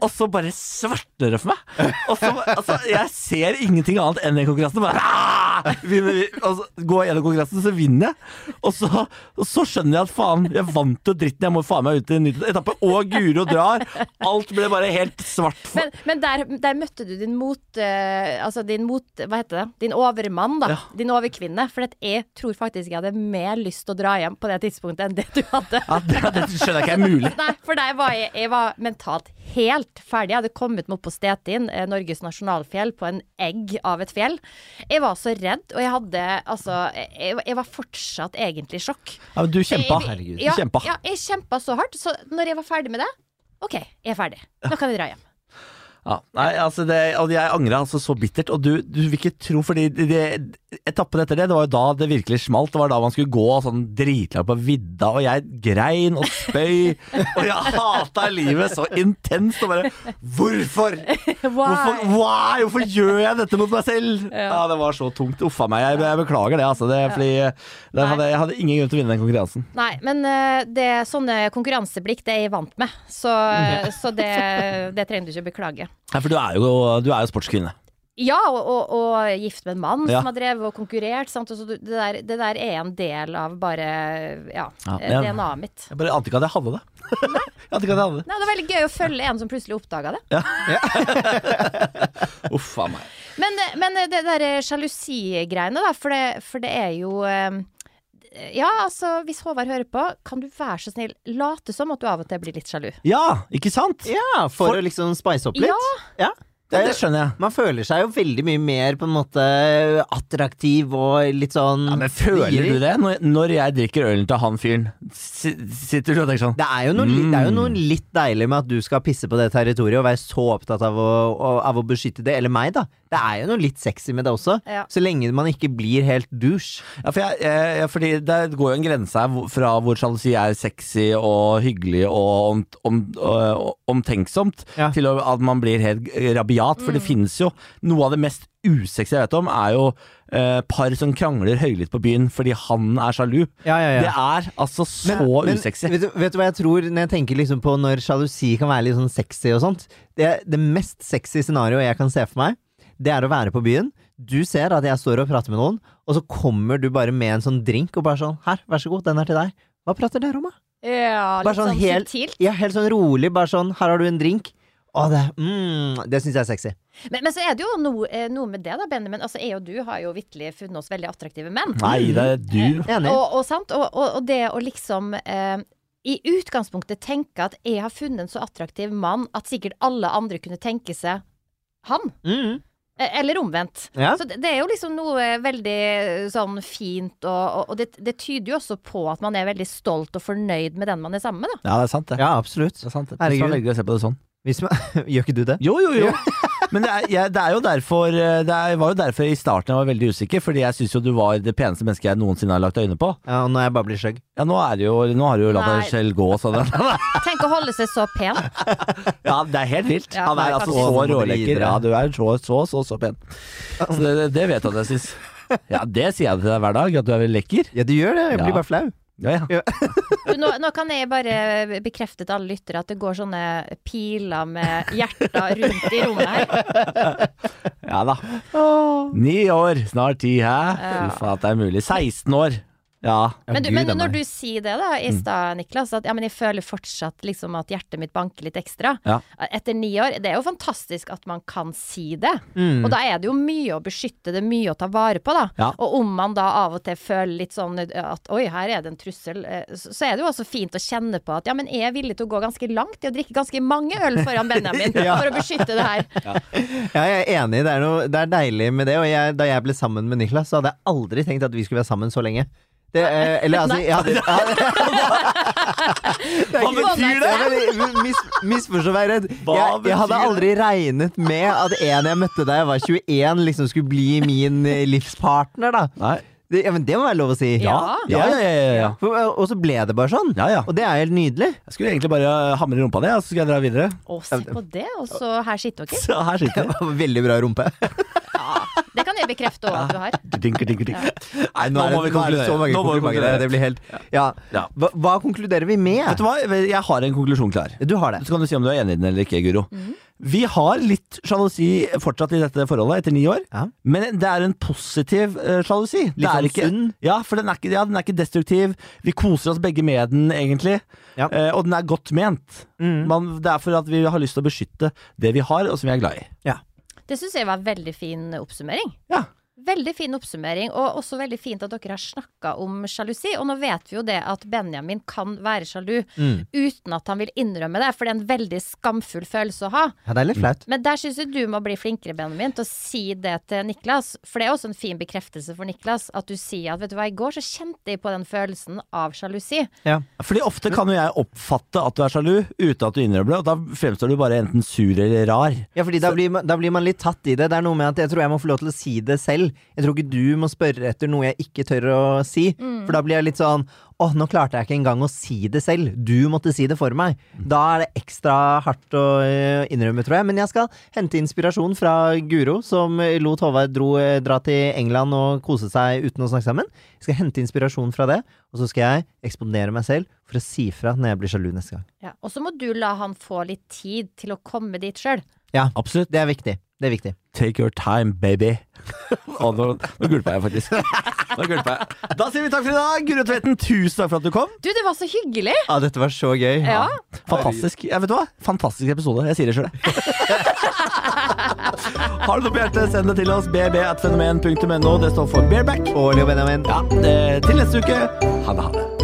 Speaker 1: Og så bare svartner det for meg. Og så, altså, jeg ser ingenting annet enn den konkurransen. Bare, «Ah!» vinner vi. Og så går jeg gjennom konkurransen, så vinner jeg. Og så, og så skjønner jeg at faen, jeg vant jo dritten. Jeg må faen meg ut i en ny etappe. Og Guro drar. Alt ble bare helt svart. For.
Speaker 3: Men, men der, der møtte du din mot... eh, altså din mot... Hva heter det? Din overmann, da.
Speaker 1: Ja.
Speaker 3: Din overkvinne. For at jeg tror faktisk jeg hadde mer lyst til å dra hjem på det tidspunktet enn det du hadde.
Speaker 1: Ja, det, det skjønner jeg ikke er mulig.
Speaker 3: Nei, for der var jeg, jeg var mentalt helt ferdig. Jeg hadde kommet meg opp på Stetin, eh, Norges nasjonalfjell, på en egg av et fjell. Jeg var så redd, og jeg hadde altså Jeg, jeg var fortsatt egentlig i sjokk.
Speaker 1: Ja, men du kjempa.
Speaker 3: Jeg-
Speaker 1: Herregud.
Speaker 3: Ja,
Speaker 1: du kjempa.
Speaker 3: ja, jeg kjempa så hardt. Så når jeg var ferdig med det OK, jeg er ferdig. Nå kan jeg dra hjem.
Speaker 1: Ja. Nei, altså det, og jeg angra altså så bittert. Og du, du vil ikke tro, fordi det, det, etappen etter det, det var jo da det virkelig smalt. Det var da man skulle gå sånn dritlangt på vidda, og jeg grein og spøy. og jeg hata livet så intenst, og bare Hvorfor? Hvorfor, why? Hvorfor gjør jeg dette mot meg selv? Ja, det var så tungt. Uff a meg. Jeg, jeg beklager det, altså. Det, fordi der hadde, jeg hadde ingen grunn til å vinne den konkurransen.
Speaker 3: Nei, men eh, det, sånne konkurranseblikk det er jeg vant med, så, så det, det trenger du ikke å beklage.
Speaker 1: Nei, for du er jo, du er jo sportskvinne.
Speaker 3: Ja, og, og, og gift med en mann
Speaker 1: Ja.
Speaker 3: som har drevet og konkurrert. Sant? Og så du- det, der, det der er en del av bare ja,
Speaker 1: Ja,
Speaker 3: eh,
Speaker 1: ja.
Speaker 3: DNA-et mitt.
Speaker 1: Jeg bare ante ikke at jeg hadde det. jeg ante ikke at jeg hadde det.
Speaker 3: Nei, det var veldig gøy å følge en som plutselig oppdaga det.
Speaker 1: Uff a meg.
Speaker 3: Men, eh, men eh, det der eh, sjalusigreiene, da, for det, for det er jo eh, Ja, altså, hvis Håvard hører på, kan du være så snill late som at du av og til blir litt sjalu?
Speaker 1: Ja, ikke sant?
Speaker 2: Ja, for,
Speaker 1: For-
Speaker 2: å liksom spice opp litt.
Speaker 3: Ja.
Speaker 2: Ja.
Speaker 1: Det, det skjønner jeg.
Speaker 2: Man føler seg jo veldig mye mer på en måte attraktiv og litt sånn
Speaker 1: Ja, men føler
Speaker 2: girig.
Speaker 1: du det når, når jeg drikker ølen til han fyren? si- Sitter du og tenker sånn?
Speaker 2: Det er, jo noe, litt- det er jo noe litt deilig med at du skal pisse på det territoriet og være så opptatt av å, å- av å beskytte det, eller meg, da. Det er jo noe litt sexy med det også,
Speaker 3: Ja.
Speaker 2: så lenge man ikke blir helt douche.
Speaker 1: Ja, for jeg, jeg, jeg- fordi det går jo en grense her hvor- fra hvor sjalusi er sexy og hyggelig og om, om, og- omtenksomt,
Speaker 2: Ja.
Speaker 1: til å- at man blir helt rabiat. For det finnes jo noe av det mest usexy jeg vet om, er jo eh, par som krangler høylytt på byen fordi han er sjalu.
Speaker 2: Ja, ja, ja.
Speaker 1: Det er altså så usexy.
Speaker 2: Vet du, vet du hva jeg tror når jeg tenker liksom på når sjalusi kan være litt sånn sexy og sånt? Det, det mest sexy scenarioet jeg kan se for meg, det er å være på byen. Du ser at jeg står og prater med noen, og så kommer du bare med en sånn drink og bare sånn Her, vær så god, den er til deg. Hva prater dere om, da?
Speaker 3: Ja,
Speaker 2: Bare
Speaker 3: litt
Speaker 2: sånn
Speaker 3: sånn
Speaker 2: helt-
Speaker 3: subtilt.
Speaker 2: Ja, helt sånn rolig, bare sånn Her har du en drink. Å, det mm, Det syns jeg er sexy.
Speaker 3: Men, men så er det jo noe, eh, noe med det, da, Benjamin. Altså, jeg og du har jo vitterlig funnet oss veldig attraktive menn.
Speaker 1: Nei, det er du.
Speaker 2: Enig.
Speaker 3: Og, og, sant? Og, og, og det å liksom eh, i utgangspunktet tenker at jeg har funnet en så attraktiv mann at sikkert alle andre kunne tenke seg han.
Speaker 2: Mm.
Speaker 3: Eh, Eller omvendt.
Speaker 2: Ja.
Speaker 3: Så det det er jo liksom noe veldig eh, sånn fint, og, og- og det, det tyder jo også på at man er veldig stolt og fornøyd med den man er sammen med, da.
Speaker 1: Ja, det er sant, det.
Speaker 2: ja, absolutt.
Speaker 1: Det er sant, det.
Speaker 2: Herregud.
Speaker 1: Hvis man velger å se på det sånn.
Speaker 2: Hvis man, gjør ikke du det?
Speaker 1: Jo, jo, jo. Men det er, jeg, det er jo derfor eh, Det er, var jo derfor i starten jeg var veldig usikker, fordi jeg syns jo du var det peneste mennesket jeg noensinne har lagt øyne på.
Speaker 2: Ja, og når jeg bare blir skjøgg.
Speaker 1: Ja, nå er det jo Nå har du jo latt
Speaker 3: Nei.
Speaker 1: deg selv gå og sånn.
Speaker 3: Tenk å holde seg så pen.
Speaker 1: Ja, det er helt vilt.
Speaker 3: Ja,
Speaker 1: Han
Speaker 3: det
Speaker 1: er
Speaker 3: er
Speaker 1: altså
Speaker 2: faktisk-
Speaker 1: så
Speaker 2: Å, nå må du gi
Speaker 1: rålekker.
Speaker 2: dere.
Speaker 1: Ja, du er så, så, så, så pen. Så det, det- det vet jeg at jeg syns. Ja, det sier jeg til deg hver dag, at du er veldig lekker.
Speaker 2: Ja, du gjør det. Jeg blir
Speaker 1: Ja.
Speaker 2: bare flau.
Speaker 1: Ja, ja.
Speaker 3: Du, Nå, nå kan jeg bare bekrefte til alle lyttere at det går sånne piler med hjerter rundt i rommet her.
Speaker 1: ja da. Ni år, snart ti, hæ?
Speaker 3: Ja.
Speaker 1: Fy faen, at det er mulig. 16 år. Ja.
Speaker 3: Men, du,
Speaker 2: Gud,
Speaker 3: men
Speaker 2: det er meg. Mm.
Speaker 3: når du sier det da i stad, Niklas, at ja, men jeg føler fortsatt liksom at hjertet mitt banker litt ekstra.
Speaker 1: Ja.
Speaker 3: Etter ni år. Det er jo fantastisk at man kan si det.
Speaker 2: Mm.
Speaker 3: Og da er det jo mye å beskytte, det er mye å ta vare på, da.
Speaker 1: Ja.
Speaker 3: Og om man da av og til føler litt sånn at oi, her er det en trussel, eh, så så er det jo også fint å kjenne på at ja, men jeg er villig til å gå ganske langt i å drikke ganske mange øl foran Benjamin
Speaker 2: Ja.
Speaker 3: for å beskytte det her.
Speaker 2: Ja, jeg er enig. Det er, noe, det er deilig med det. Og jeg, da jeg ble sammen med Niklas, så hadde jeg aldri tenkt at vi skulle være sammen så lenge. Det, eh, eller altså
Speaker 3: Nei.
Speaker 2: jeg hadde, ja,
Speaker 1: Hva
Speaker 3: betyr det?
Speaker 2: Ja, men, mis, Misforstå meg redd.
Speaker 1: Hva
Speaker 2: Jeg, jeg hadde
Speaker 1: betyr
Speaker 2: aldri regnet med at en jeg møtte da jeg var 21, liksom skulle bli min eh, livspartner, da.
Speaker 1: Nei.
Speaker 2: Det, ja, men det må være lov å si.
Speaker 3: Ja.
Speaker 1: Ja, ja, ja. ja, ja.
Speaker 2: For, og så ble det bare sånn.
Speaker 1: ja, ja.
Speaker 2: Og det er helt nydelig.
Speaker 1: Jeg skulle egentlig bare eh, hamre rumpa di, og så skulle jeg dra videre.
Speaker 3: Å, se på det, og så her sitter dere.
Speaker 1: Så her sitter jeg.
Speaker 2: Veldig bra rumpe.
Speaker 3: Ja, det kan jeg bekrefte òg at du har.
Speaker 1: Dinker, dinker, dinker. Nei, nå,
Speaker 2: er
Speaker 1: må vi
Speaker 2: det- er det
Speaker 1: konkludere.
Speaker 2: så mange
Speaker 1: Nå må vi
Speaker 2: komplimenter her.
Speaker 1: konkludere.
Speaker 2: Det blir helt Ja.
Speaker 1: Ja.
Speaker 2: Hva, hva konkluderer vi med?
Speaker 1: Vet du hva, jeg har en konklusjon klar.
Speaker 2: Du har det.
Speaker 1: Så kan du Mhm. si om du er enig i den eller ikke, Guro. Vi har litt sjalusi fortsatt i dette forholdet etter ni år,
Speaker 2: Ja.
Speaker 1: men det er en positiv eh, sjalusi. Det
Speaker 2: Litt
Speaker 1: er
Speaker 2: sånn
Speaker 1: ikke-
Speaker 2: sunn?
Speaker 1: Ja, for den er, ikke, ja, den er ikke destruktiv. Vi koser oss begge med den, egentlig.
Speaker 2: Ja.
Speaker 1: Eh, og den er godt ment.
Speaker 2: Mm.
Speaker 1: Man, det er for at vi har lyst til å beskytte det vi har, og som vi er glad i.
Speaker 3: Det syns jeg var veldig fin oppsummering.
Speaker 1: Ja.
Speaker 3: Veldig fin oppsummering, og også veldig fint at dere har snakka om sjalusi. Og nå vet vi jo det at Benjamin kan være sjalu
Speaker 2: Mm.
Speaker 3: uten at han vil innrømme det, for det er en veldig skamfull følelse å ha.
Speaker 2: Ja, det er litt flaut.
Speaker 3: Men der syns jeg du må bli flinkere, Benjamin, til å si det til Niklas. For det er også en fin bekreftelse for Niklas at du sier at vet du hva, i går så kjente jeg på den følelsen av sjalusi.
Speaker 2: Ja.
Speaker 1: Fordi ofte kan jo jeg oppfatte at du er sjalu, uten at du innrømmer det, og da fremstår du bare enten sur eller rar.
Speaker 2: Ja, fordi da blir, man, da blir man litt tatt i det. Det er noe med at Jeg tror jeg må få lov til å si det selv. Jeg tror ikke du må spørre etter noe jeg ikke tør å si. For da blir jeg litt sånn Åh, nå klarte jeg ikke engang å si det selv. Du måtte si det for meg. Da er det ekstra hardt å eh, innrømme, tror jeg. Men jeg skal hente inspirasjon fra Guro, som eh, lot Håvard dro, eh, dra til England og kose seg uten å snakke sammen. Jeg skal hente inspirasjon fra det, og så skal jeg eksponere meg selv for å si fra når jeg blir sjalu neste gang.
Speaker 3: Ja. Og så må du la han få litt tid til å komme dit sjøl.
Speaker 1: Absolutt.
Speaker 2: Det er viktig. Det er viktig.
Speaker 1: Take your time, baby. Og nå, nå gulpa jeg faktisk. Nå gulpa jeg. Da sier vi takk for i dag. Guro Tvedten, tusen takk for at du kom.
Speaker 3: Du, det var så hyggelig!
Speaker 2: Ja, Ah, dette var så gøy.
Speaker 3: Ja.
Speaker 1: Fantastisk jeg vet du hva? Fantastisk episode. Jeg sier det sjøl, jeg. Har du noe på hjertet, send det til oss. bb.fenomen.no. Det står for bareback.
Speaker 2: Og Leo Benjamin.
Speaker 1: Ja, eh, til neste uke. Ha det, ha det.